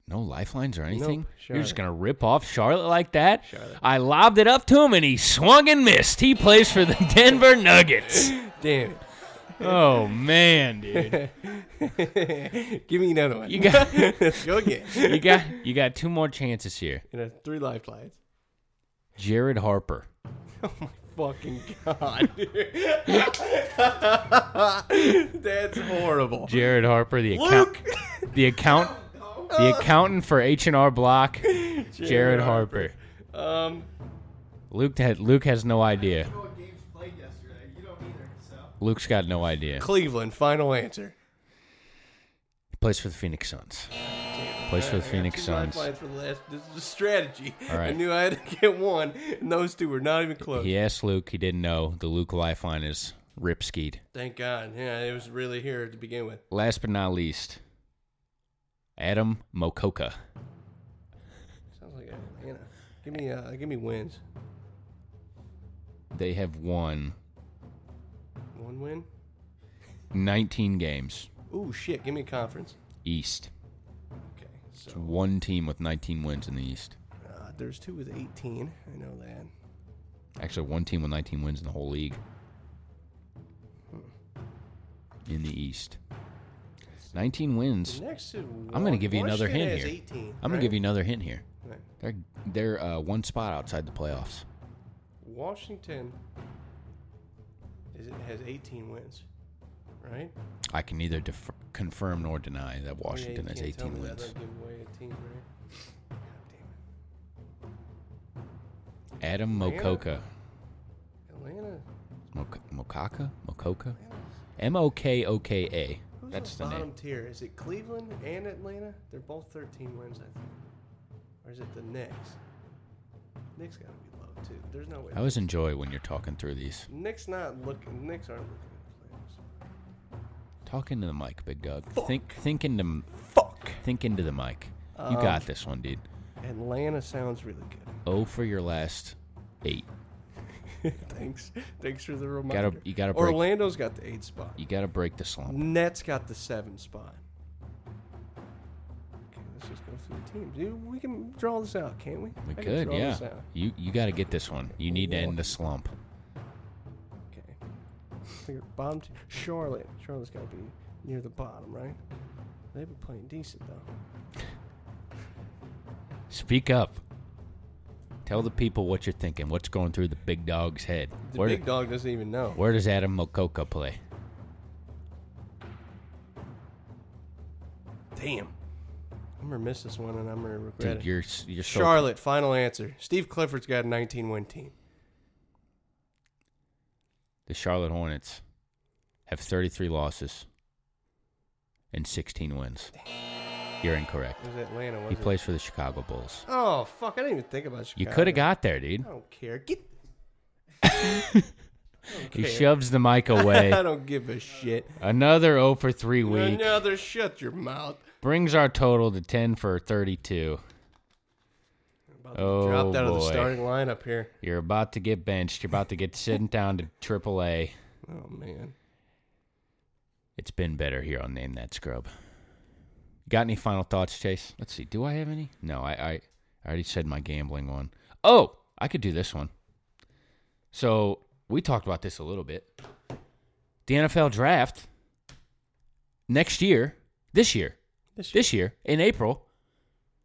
[SPEAKER 2] No lifelines or anything.
[SPEAKER 3] Nope,
[SPEAKER 2] You're just gonna
[SPEAKER 3] Charlotte.
[SPEAKER 2] rip off Charlotte like that.
[SPEAKER 3] Charlotte.
[SPEAKER 2] I lobbed it up to him and he swung and missed. He plays for the Denver Nuggets.
[SPEAKER 3] Damn
[SPEAKER 2] oh man, dude,
[SPEAKER 3] it. Give me another one.
[SPEAKER 2] you got
[SPEAKER 3] Let's go again.
[SPEAKER 2] you got you got two more chances here.
[SPEAKER 3] You know, three lifelines.
[SPEAKER 2] Jared Harper.
[SPEAKER 3] Oh my fucking god. dude. That's horrible.
[SPEAKER 2] Jared Harper, the account,
[SPEAKER 3] Luke! Uh,
[SPEAKER 2] the account, the accountant for H and R Block. Jared, Harper.
[SPEAKER 3] Um,
[SPEAKER 2] Luke had Luke has no idea. Luke's got no idea.
[SPEAKER 3] Cleveland, final answer.
[SPEAKER 2] Plays for the Phoenix Suns. Plays for the Phoenix
[SPEAKER 3] Two
[SPEAKER 2] Suns.
[SPEAKER 3] lifelines for the last. This is a strategy.
[SPEAKER 2] All right.
[SPEAKER 3] I knew I had to get one, and those two were not even close.
[SPEAKER 2] He asked Luke. He didn't know. The Luke lifeline is rip skied.
[SPEAKER 3] Thank God. Yeah, it was really here to begin with.
[SPEAKER 2] Last but not least, Adam Mokoka.
[SPEAKER 3] Sounds like a, you know. Give me, uh, give me wins.
[SPEAKER 2] They have won
[SPEAKER 3] One win.
[SPEAKER 2] 19 games
[SPEAKER 3] Ooh, shit. Give me a conference.
[SPEAKER 2] East.
[SPEAKER 3] Okay.
[SPEAKER 2] It's
[SPEAKER 3] So
[SPEAKER 2] one team with 19 wins in the East.
[SPEAKER 3] uh, there's two with 18. I know that.
[SPEAKER 2] Actually, one team with 19 wins in the whole league. In the East. 19 wins.
[SPEAKER 3] The next.
[SPEAKER 2] I'm going to give you another hint here.
[SPEAKER 3] 18,
[SPEAKER 2] I'm going to give you another hint here.
[SPEAKER 3] Right.
[SPEAKER 2] They're, they're uh, one spot outside the playoffs.
[SPEAKER 3] Washington is it has 18 wins, right?
[SPEAKER 2] I can neither def- confirm nor deny that Washington
[SPEAKER 3] yeah, you
[SPEAKER 2] has
[SPEAKER 3] can't tell
[SPEAKER 2] 18
[SPEAKER 3] me that.
[SPEAKER 2] wins.
[SPEAKER 3] That'll give away a team, right? God
[SPEAKER 2] Adam
[SPEAKER 3] Atlanta?
[SPEAKER 2] Mokoka.
[SPEAKER 3] damn it. Atlanta.
[SPEAKER 2] Mok- Mokaka? Mokoka? M O K O K A.
[SPEAKER 3] Who's
[SPEAKER 2] That's
[SPEAKER 3] the
[SPEAKER 2] the
[SPEAKER 3] bottom
[SPEAKER 2] name.
[SPEAKER 3] tier? Is it Cleveland and Atlanta? They're both 13 wins, I think. Or is it the Knicks? Knicks gotta be low too. There's no way.
[SPEAKER 2] I always enjoy when you're talking through these.
[SPEAKER 3] Knicks not looking. Knicks aren't looking at
[SPEAKER 2] Talking to the mic, big dog.
[SPEAKER 3] Fuck.
[SPEAKER 2] Think think into
[SPEAKER 3] the playoffs. Fuck.
[SPEAKER 2] think into the mic. You
[SPEAKER 3] Um,
[SPEAKER 2] got this one, dude.
[SPEAKER 3] Atlanta sounds really good.
[SPEAKER 2] Oh for your last eight.
[SPEAKER 3] Thanks. Thanks for the reminder.
[SPEAKER 2] Gotta- you gotta break-
[SPEAKER 3] Orlando's got the eight spot.
[SPEAKER 2] You gotta break the slump.
[SPEAKER 3] Nets got the seven spot. Okay, let's just go through the teams. Dude, we can draw this out, can't we?
[SPEAKER 2] We
[SPEAKER 3] I can
[SPEAKER 2] could,
[SPEAKER 3] draw
[SPEAKER 2] yeah.
[SPEAKER 3] this out.
[SPEAKER 2] You you gotta get this one. You need to end the slump.
[SPEAKER 3] Okay. Think of bottom two. Charlotte. Charlotte's got to be near the bottom, right? They've been playing decent though.
[SPEAKER 2] Speak up. Tell the people what you're thinking. What's going through the big dog's head?
[SPEAKER 3] The
[SPEAKER 2] Where,
[SPEAKER 3] big dog doesn't even know.
[SPEAKER 2] where does Adam Mokoka play?
[SPEAKER 3] Damn. I'm gonna miss this one, and I'm gonna
[SPEAKER 2] Dude,
[SPEAKER 3] regret it.
[SPEAKER 2] you're s- you're so
[SPEAKER 3] Charlotte. Final answer. Steve Clifford's got a 19-win team.
[SPEAKER 2] The Charlotte Hornets have 33 losses and 16 wins. You're incorrect.
[SPEAKER 3] It was Atlanta.
[SPEAKER 2] He
[SPEAKER 3] Wasn't it?
[SPEAKER 2] plays for the Chicago Bulls.
[SPEAKER 3] Oh fuck! I didn't even think about
[SPEAKER 2] You
[SPEAKER 3] Chicago.
[SPEAKER 2] could have got there, dude.
[SPEAKER 3] I don't care. Get.
[SPEAKER 2] He shoves the mic away.
[SPEAKER 3] I don't give a shit.
[SPEAKER 2] Another 0 for 3 week.
[SPEAKER 3] Another shut your mouth.
[SPEAKER 2] Brings our total to 10 for 32.
[SPEAKER 3] About to
[SPEAKER 2] Oh,
[SPEAKER 3] be dropped out of
[SPEAKER 2] boy.
[SPEAKER 3] the starting lineup here.
[SPEAKER 2] You're about to get benched. You're about to get sent down to AAA.
[SPEAKER 3] Oh man.
[SPEAKER 2] It's been better here on Name That Scrub. Got any final thoughts, Chase? Let's see. Do I have any? No, I, I, I already said my gambling one. Oh, I could do this one. So we talked about this a little bit. The NFL draft next year, this year,
[SPEAKER 3] This year.
[SPEAKER 2] this year in April,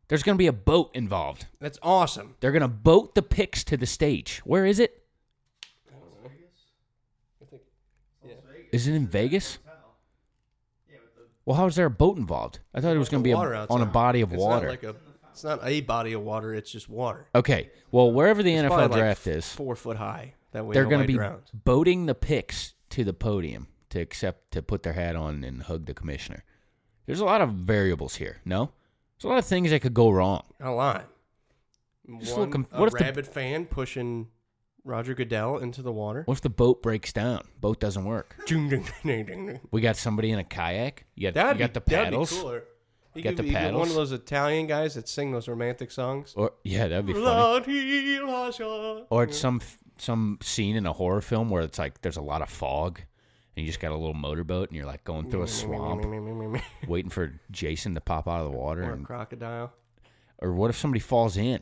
[SPEAKER 2] there's going to be a boat involved.
[SPEAKER 3] That's awesome.
[SPEAKER 2] They're going to boat the picks to the stage. Where is it? Is it in Vegas? Well, how is there a boat involved? I thought it was going to be a,
[SPEAKER 3] Water
[SPEAKER 2] on a
[SPEAKER 3] outside.
[SPEAKER 2] body of
[SPEAKER 3] It's not
[SPEAKER 2] water.
[SPEAKER 3] like a- it's not a body of water. It's just water.
[SPEAKER 2] okay. Well, wherever the
[SPEAKER 3] It's
[SPEAKER 2] NFL
[SPEAKER 3] probably like
[SPEAKER 2] draft
[SPEAKER 3] f-
[SPEAKER 2] is,
[SPEAKER 3] four foot high. That way
[SPEAKER 2] they're
[SPEAKER 3] going to
[SPEAKER 2] be
[SPEAKER 3] drowns.
[SPEAKER 2] boating the picks to the podium to accept to put their hat on and hug the commissioner. There's a lot of variables here. No, there's a lot of things that could go wrong.
[SPEAKER 3] a lot.
[SPEAKER 2] Just
[SPEAKER 3] One,
[SPEAKER 2] look, um,
[SPEAKER 3] a
[SPEAKER 2] what if the-
[SPEAKER 3] rabid fan pushing Roger Goodell into the water.
[SPEAKER 2] What if the boat breaks down? Boat doesn't work.
[SPEAKER 3] Ding, ding, ding, ding, ding.
[SPEAKER 2] We got somebody in a kayak. You got,
[SPEAKER 3] That'd
[SPEAKER 2] you got
[SPEAKER 3] be-
[SPEAKER 2] the paddles.
[SPEAKER 3] That'd be cooler. You
[SPEAKER 2] Got
[SPEAKER 3] could
[SPEAKER 2] the
[SPEAKER 3] be- you could be One
[SPEAKER 2] paddles.
[SPEAKER 3] of those Italian guys that sing those romantic songs.
[SPEAKER 2] Or yeah, that'd be funny.
[SPEAKER 3] La di la sha.
[SPEAKER 2] Or it's some f- some scene in a horror film where it's like there's a lot of fog, and you just got a little motorboat, and you're like going through a swamp, waiting for Jason to pop out of the water.
[SPEAKER 3] or a
[SPEAKER 2] and,
[SPEAKER 3] crocodile.
[SPEAKER 2] or what if somebody falls in?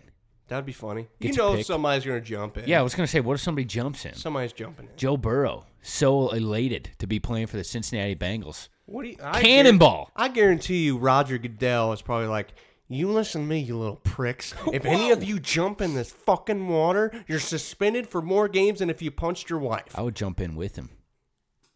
[SPEAKER 3] That'd be funny. You
[SPEAKER 2] Gets
[SPEAKER 3] know
[SPEAKER 2] picked.
[SPEAKER 3] somebody's gonna jump in.
[SPEAKER 2] Yeah, I was gonna say, what if somebody jumps in?
[SPEAKER 3] somebody's jumping in.
[SPEAKER 2] Joe Burrow, so elated to be playing for the Cincinnati Bengals.
[SPEAKER 3] What do you,
[SPEAKER 2] Cannonball.
[SPEAKER 3] guar- I guarantee you, Roger Goodell is probably like, "You listen to me, you little pricks. If any of you jump in this fucking water, you're suspended for more games than if you punched your wife."
[SPEAKER 2] I would jump in with him.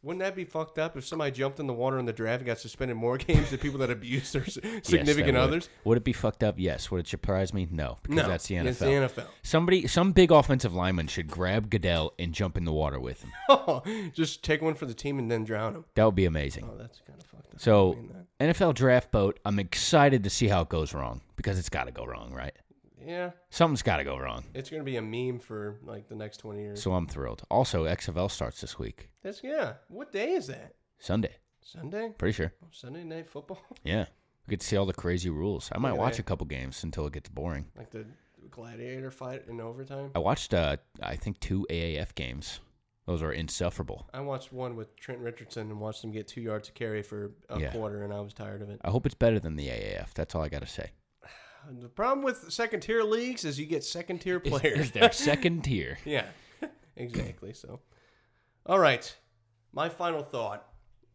[SPEAKER 3] Wouldn't that be fucked up if somebody jumped in the water in the draft and got suspended more games than people that abuse their s-
[SPEAKER 2] Yes,
[SPEAKER 3] significant
[SPEAKER 2] that would.
[SPEAKER 3] others?
[SPEAKER 2] Would. it be fucked up? Yes. Would it surprise me? No, because
[SPEAKER 3] No,
[SPEAKER 2] that's the NFL.
[SPEAKER 3] it's the NFL.
[SPEAKER 2] Somebody, some big offensive lineman should grab Goodell and jump in the water with him.
[SPEAKER 3] Oh, Just take one for the team and then drown him.
[SPEAKER 2] That would be amazing.
[SPEAKER 3] Oh, that's kind of fucked up. I
[SPEAKER 2] So
[SPEAKER 3] mean, that-
[SPEAKER 2] NFL draft boat. I'm excited to see how it goes wrong because it's got to go wrong, right?
[SPEAKER 3] yeah,
[SPEAKER 2] Something's got to go wrong.
[SPEAKER 3] it's gonna be a meme for like the next twenty years.
[SPEAKER 2] So I'm thrilled. Also, XFL starts this week,
[SPEAKER 3] That's yeah. What day is that?
[SPEAKER 2] Sunday.
[SPEAKER 3] Sunday?
[SPEAKER 2] Pretty sure.
[SPEAKER 3] Oh, Sunday night football?
[SPEAKER 2] Yeah. We get to see all the crazy rules. I might
[SPEAKER 3] Look at
[SPEAKER 2] watch
[SPEAKER 3] that.
[SPEAKER 2] a couple games until it gets boring.
[SPEAKER 3] Like the gladiator fight in overtime?
[SPEAKER 2] I watched, uh, I think, two AAF games. Those are insufferable.
[SPEAKER 3] I watched one with Trent Richardson and watched him get two yards to carry for a
[SPEAKER 2] Yeah.
[SPEAKER 3] quarter, and I was tired of it.
[SPEAKER 2] I hope it's better than the AAF. That's all I got to say.
[SPEAKER 3] The problem with second tier leagues is you get second tier
[SPEAKER 2] Is-
[SPEAKER 3] players.
[SPEAKER 2] is there second tier?
[SPEAKER 3] yeah, exactly. So, all right. My final thought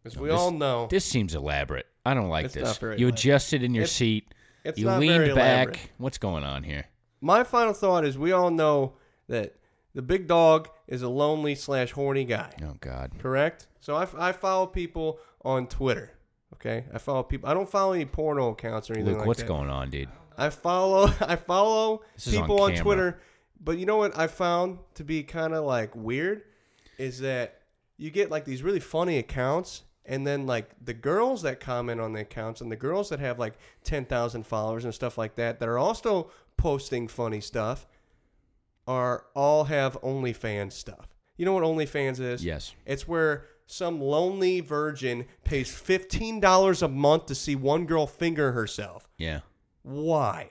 [SPEAKER 3] is we
[SPEAKER 2] this-
[SPEAKER 3] all know
[SPEAKER 2] This seems elaborate. I don't like
[SPEAKER 3] It's
[SPEAKER 2] this.
[SPEAKER 3] not very
[SPEAKER 2] you
[SPEAKER 3] elaborate.
[SPEAKER 2] adjusted in your
[SPEAKER 3] It's-
[SPEAKER 2] seat.
[SPEAKER 3] it's
[SPEAKER 2] you
[SPEAKER 3] not
[SPEAKER 2] leaned
[SPEAKER 3] very
[SPEAKER 2] back.
[SPEAKER 3] elaborate.
[SPEAKER 2] What's going on here?
[SPEAKER 3] My final thought is we all know that the big dog is a lonely slash horny guy.
[SPEAKER 2] Oh God.
[SPEAKER 3] Correct. So I, I follow people on Twitter. Okay, I follow people. I don't follow any porno accounts or anything
[SPEAKER 2] Luke,
[SPEAKER 3] like
[SPEAKER 2] what's
[SPEAKER 3] that.
[SPEAKER 2] going on, dude?
[SPEAKER 3] I follow I follow
[SPEAKER 2] This is on
[SPEAKER 3] people on,
[SPEAKER 2] camera.
[SPEAKER 3] Twitter, but you know what I found to be kind of like weird is that you get like these really funny accounts and then like the girls that comment on the accounts and the girls that have like 10,000 followers and stuff like that that are also posting funny stuff are all have OnlyFans stuff. You know what OnlyFans is?
[SPEAKER 2] Yes.
[SPEAKER 3] It's where some lonely virgin pays $15 a month to see one girl finger herself.
[SPEAKER 2] Yeah.
[SPEAKER 3] Why?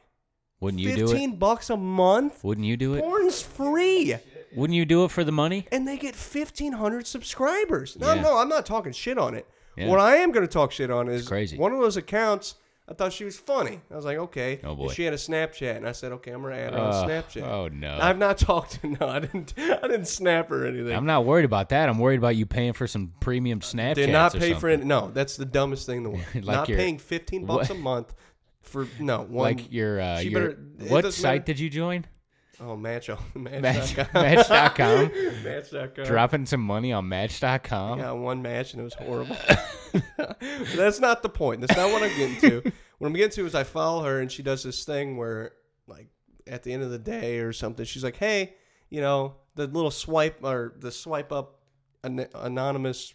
[SPEAKER 2] Wouldn't you do it?
[SPEAKER 3] Fifteen bucks a month.
[SPEAKER 2] Wouldn't you do it?
[SPEAKER 3] Porn's free,
[SPEAKER 2] Wouldn't you do it for the money?
[SPEAKER 3] and they get fifteen hundred subscribers. No,
[SPEAKER 2] Yeah.
[SPEAKER 3] no, I'm not talking shit on it.
[SPEAKER 2] Yeah.
[SPEAKER 3] What I am going to talk shit on is
[SPEAKER 2] crazy.
[SPEAKER 3] One of those accounts. I thought she was funny. I was like, okay.
[SPEAKER 2] Oh,
[SPEAKER 3] And
[SPEAKER 2] boy.
[SPEAKER 3] she had a Snapchat, and I said, okay, I'm going to add her
[SPEAKER 2] Uh,
[SPEAKER 3] on Snapchat.
[SPEAKER 2] oh, no.
[SPEAKER 3] I've not talked to no. I didn't. I didn't snap her or anything.
[SPEAKER 2] I'm not worried about that. I'm worried about you paying for some premium Snapchat.
[SPEAKER 3] Did not pay for it. No, that's the dumbest thing in the world.
[SPEAKER 2] Like
[SPEAKER 3] not
[SPEAKER 2] your-
[SPEAKER 3] paying fifteen bucks
[SPEAKER 2] what?
[SPEAKER 3] a month for no one.
[SPEAKER 2] Like your uh,
[SPEAKER 3] She
[SPEAKER 2] your
[SPEAKER 3] better- it
[SPEAKER 2] what
[SPEAKER 3] doesn't
[SPEAKER 2] site
[SPEAKER 3] matter.
[SPEAKER 2] did you join?
[SPEAKER 3] Oh, match on
[SPEAKER 2] Match,
[SPEAKER 3] match.com.
[SPEAKER 2] match.com.
[SPEAKER 3] Match.com.
[SPEAKER 2] dropping some money on Match.com.
[SPEAKER 3] I got one match and it was horrible. That's not the point. That's not what I'm getting to. what I'm getting to is I follow her and she does this thing where, like, at the end of the day or something, she's like, "Hey, you know, the little swipe or the swipe up an- anonymous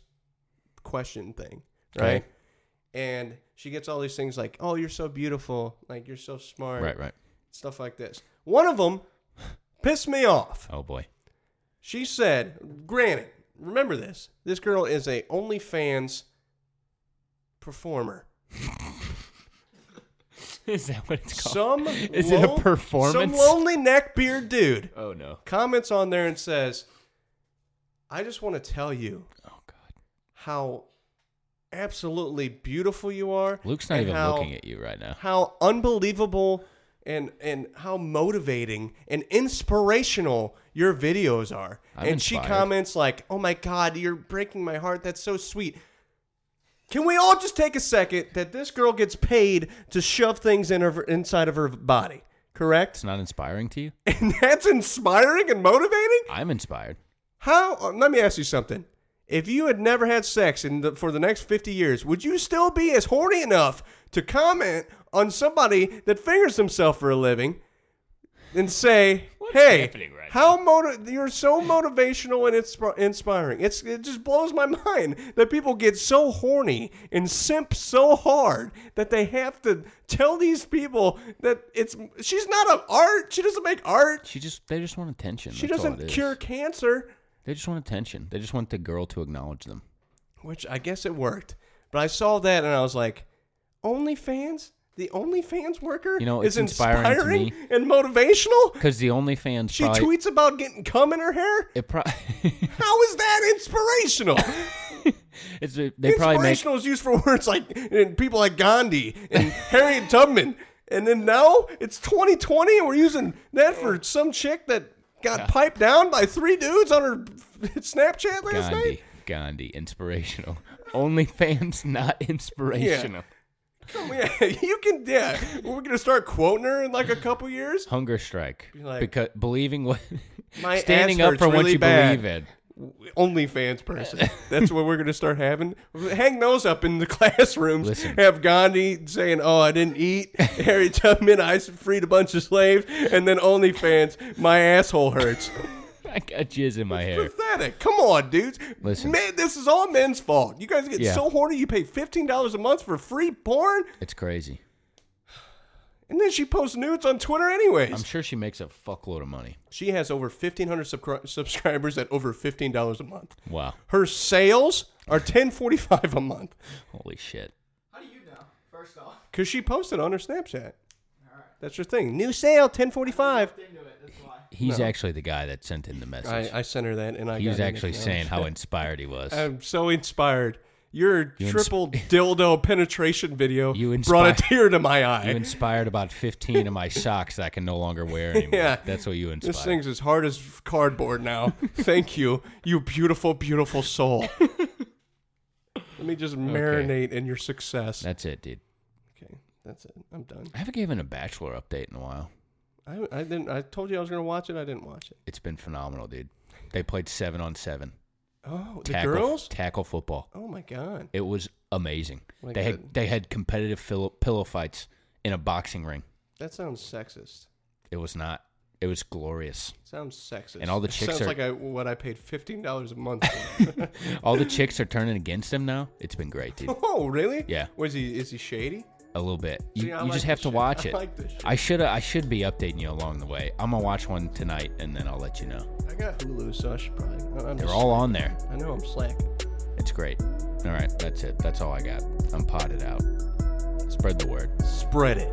[SPEAKER 3] question thing, right?"
[SPEAKER 2] Okay.
[SPEAKER 3] And she gets all these things like, "Oh, you're so beautiful. Like, you're so smart.
[SPEAKER 2] Right, right.
[SPEAKER 3] Stuff like this." One of them pissed me off.
[SPEAKER 2] Oh boy.
[SPEAKER 3] She said, granted, remember this. This girl is a OnlyFans performer.
[SPEAKER 2] Is that what it's called?
[SPEAKER 3] Some
[SPEAKER 2] Is it a
[SPEAKER 3] lone- Some
[SPEAKER 2] performance?
[SPEAKER 3] lonely neckbeard dude
[SPEAKER 2] oh no.
[SPEAKER 3] comments on there and says, I just want to tell you
[SPEAKER 2] Oh god.
[SPEAKER 3] how absolutely beautiful you are.
[SPEAKER 2] Luke's not
[SPEAKER 3] and
[SPEAKER 2] even
[SPEAKER 3] how-
[SPEAKER 2] looking at you right now.
[SPEAKER 3] How unbelievable and and how motivating and inspirational your videos are.
[SPEAKER 2] I'm
[SPEAKER 3] and she
[SPEAKER 2] inspired.
[SPEAKER 3] comments like, "Oh my god, you're breaking my heart. That's so sweet." Can we all just take a second that this girl gets paid to shove things in her inside of her body? Correct?
[SPEAKER 2] It's not inspiring to you.
[SPEAKER 3] And that's inspiring and motivating?
[SPEAKER 2] I'm inspired.
[SPEAKER 3] How? uh, Let me ask you something. If you had never had sex in the, for the next 50 years, would you still be as horny enough to comment on somebody that fingers himself for a living and say,
[SPEAKER 2] What's
[SPEAKER 3] "Hey,
[SPEAKER 2] happening right
[SPEAKER 3] how motiv- you're so motivational and it's inspiring." It's it just blows my mind that people get so horny and simp so hard that they have to tell these people that it's she's not an art. She doesn't make art.
[SPEAKER 2] She just they just want attention.
[SPEAKER 3] She
[SPEAKER 2] That's all
[SPEAKER 3] doesn't
[SPEAKER 2] it is.
[SPEAKER 3] cure cancer.
[SPEAKER 2] They just want attention. They just want the girl to acknowledge them.
[SPEAKER 3] which I guess it worked. But I saw that and I was like, OnlyFans? The OnlyFans worker
[SPEAKER 2] You know,
[SPEAKER 3] is
[SPEAKER 2] it's inspiring to
[SPEAKER 3] inspiring
[SPEAKER 2] me.
[SPEAKER 3] and motivational?
[SPEAKER 2] Because the OnlyFans
[SPEAKER 3] She
[SPEAKER 2] probably
[SPEAKER 3] tweets about getting cum in her hair?
[SPEAKER 2] it pro-
[SPEAKER 3] How is that inspirational?
[SPEAKER 2] it's they probably make
[SPEAKER 3] inspirational is used for words like and people like Gandhi and Harriet Tubman. And then now it's 2020 and we're using that for some chick that got piped down by three dudes on her Snapchat last night?
[SPEAKER 2] Gandhi Gandhi inspirational. OnlyFans not inspirational.
[SPEAKER 3] Yeah, you can. Yeah, we're gonna start quoting her in like a couple years.
[SPEAKER 2] Hunger strike
[SPEAKER 3] like-
[SPEAKER 2] because believing what
[SPEAKER 3] My
[SPEAKER 2] standing
[SPEAKER 3] ass
[SPEAKER 2] up
[SPEAKER 3] hurts
[SPEAKER 2] for what
[SPEAKER 3] really
[SPEAKER 2] you
[SPEAKER 3] bad.
[SPEAKER 2] believe in.
[SPEAKER 3] OnlyFans person. That's what we're gonna start having. Hang those up in the classrooms.
[SPEAKER 2] Listen.
[SPEAKER 3] Have Gandhi saying, "Oh, I didn't eat." Harry Tubman, I freed a bunch of slaves, and then OnlyFans, my asshole hurts.
[SPEAKER 2] I got jizz in my hair.
[SPEAKER 3] Pathetic. Come on, dudes.
[SPEAKER 2] Listen.
[SPEAKER 3] Man, this is all men's fault. You guys get
[SPEAKER 2] Yeah.
[SPEAKER 3] so horny, you pay fifteen dollars a month for free porn,
[SPEAKER 2] It's crazy.
[SPEAKER 3] and then she posts nudes on Twitter, anyways.
[SPEAKER 2] I'm sure she makes a fuckload of money.
[SPEAKER 3] She has over 1,500 subcri- subscribers at over $15 a month.
[SPEAKER 2] Wow.
[SPEAKER 3] Her sales are 1045 a month
[SPEAKER 2] Holy shit.
[SPEAKER 3] because she posted on her Snapchat. That's her thing. New sale, 1045.
[SPEAKER 2] He's actually the guy that sent in the
[SPEAKER 3] I,
[SPEAKER 2] message.
[SPEAKER 3] I sent her that and I
[SPEAKER 2] he was
[SPEAKER 3] got an
[SPEAKER 2] actually saying
[SPEAKER 3] acknowledgement.
[SPEAKER 2] how inspired he was.
[SPEAKER 3] I'm so inspired. Your
[SPEAKER 2] You ins-
[SPEAKER 3] triple dildo penetration video
[SPEAKER 2] You inspi-
[SPEAKER 3] brought a tear to my eye.
[SPEAKER 2] you inspired about 15 of my socks that I can no longer wear anymore.
[SPEAKER 3] Yeah.
[SPEAKER 2] That's what you inspired.
[SPEAKER 3] This thing's as hard as cardboard now. Thank you, you beautiful, beautiful soul. Let me just marinate in your success.
[SPEAKER 2] That's it, dude.
[SPEAKER 3] Okay, that's it. I'm done.
[SPEAKER 2] I haven't given a Bachelor update in a while.
[SPEAKER 3] I, I didn't. I told you I was gonna watch it. I didn't watch it.
[SPEAKER 2] It's been phenomenal, dude. They played seven on seven.
[SPEAKER 3] Oh, the
[SPEAKER 2] tackle,
[SPEAKER 3] girls.
[SPEAKER 2] Tackle football.
[SPEAKER 3] Oh my god.
[SPEAKER 2] It was amazing.
[SPEAKER 3] Like
[SPEAKER 2] they
[SPEAKER 3] the-
[SPEAKER 2] had they had competitive fill, pillow fights in a boxing ring.
[SPEAKER 3] That sounds sexist.
[SPEAKER 2] It was not. It was glorious.
[SPEAKER 3] Sounds sexist.
[SPEAKER 2] And all the
[SPEAKER 3] It
[SPEAKER 2] chicks
[SPEAKER 3] sounds
[SPEAKER 2] are-
[SPEAKER 3] like I, what I paid fifteen dollars a month. for.
[SPEAKER 2] All the chicks are turning against him now. It's been great, dude.
[SPEAKER 3] oh, really?
[SPEAKER 2] Yeah.
[SPEAKER 3] Was he? Is he shady?
[SPEAKER 2] A little bit. You,
[SPEAKER 3] See, I
[SPEAKER 2] you
[SPEAKER 3] like
[SPEAKER 2] just have
[SPEAKER 3] this
[SPEAKER 2] to
[SPEAKER 3] shit.
[SPEAKER 2] watch
[SPEAKER 3] I
[SPEAKER 2] it.
[SPEAKER 3] like this shit.
[SPEAKER 2] I should I should be updating you along the way. I'm gonna watch one tonight and then I'll let you know.
[SPEAKER 3] I got Hulu, so I should probably. I- I'm
[SPEAKER 2] They're
[SPEAKER 3] just-
[SPEAKER 2] all on there.
[SPEAKER 3] I know I'm slacking.
[SPEAKER 2] It's great. All right, that's it. That's all I got. I'm potted out. Spread the word.
[SPEAKER 3] Spread it.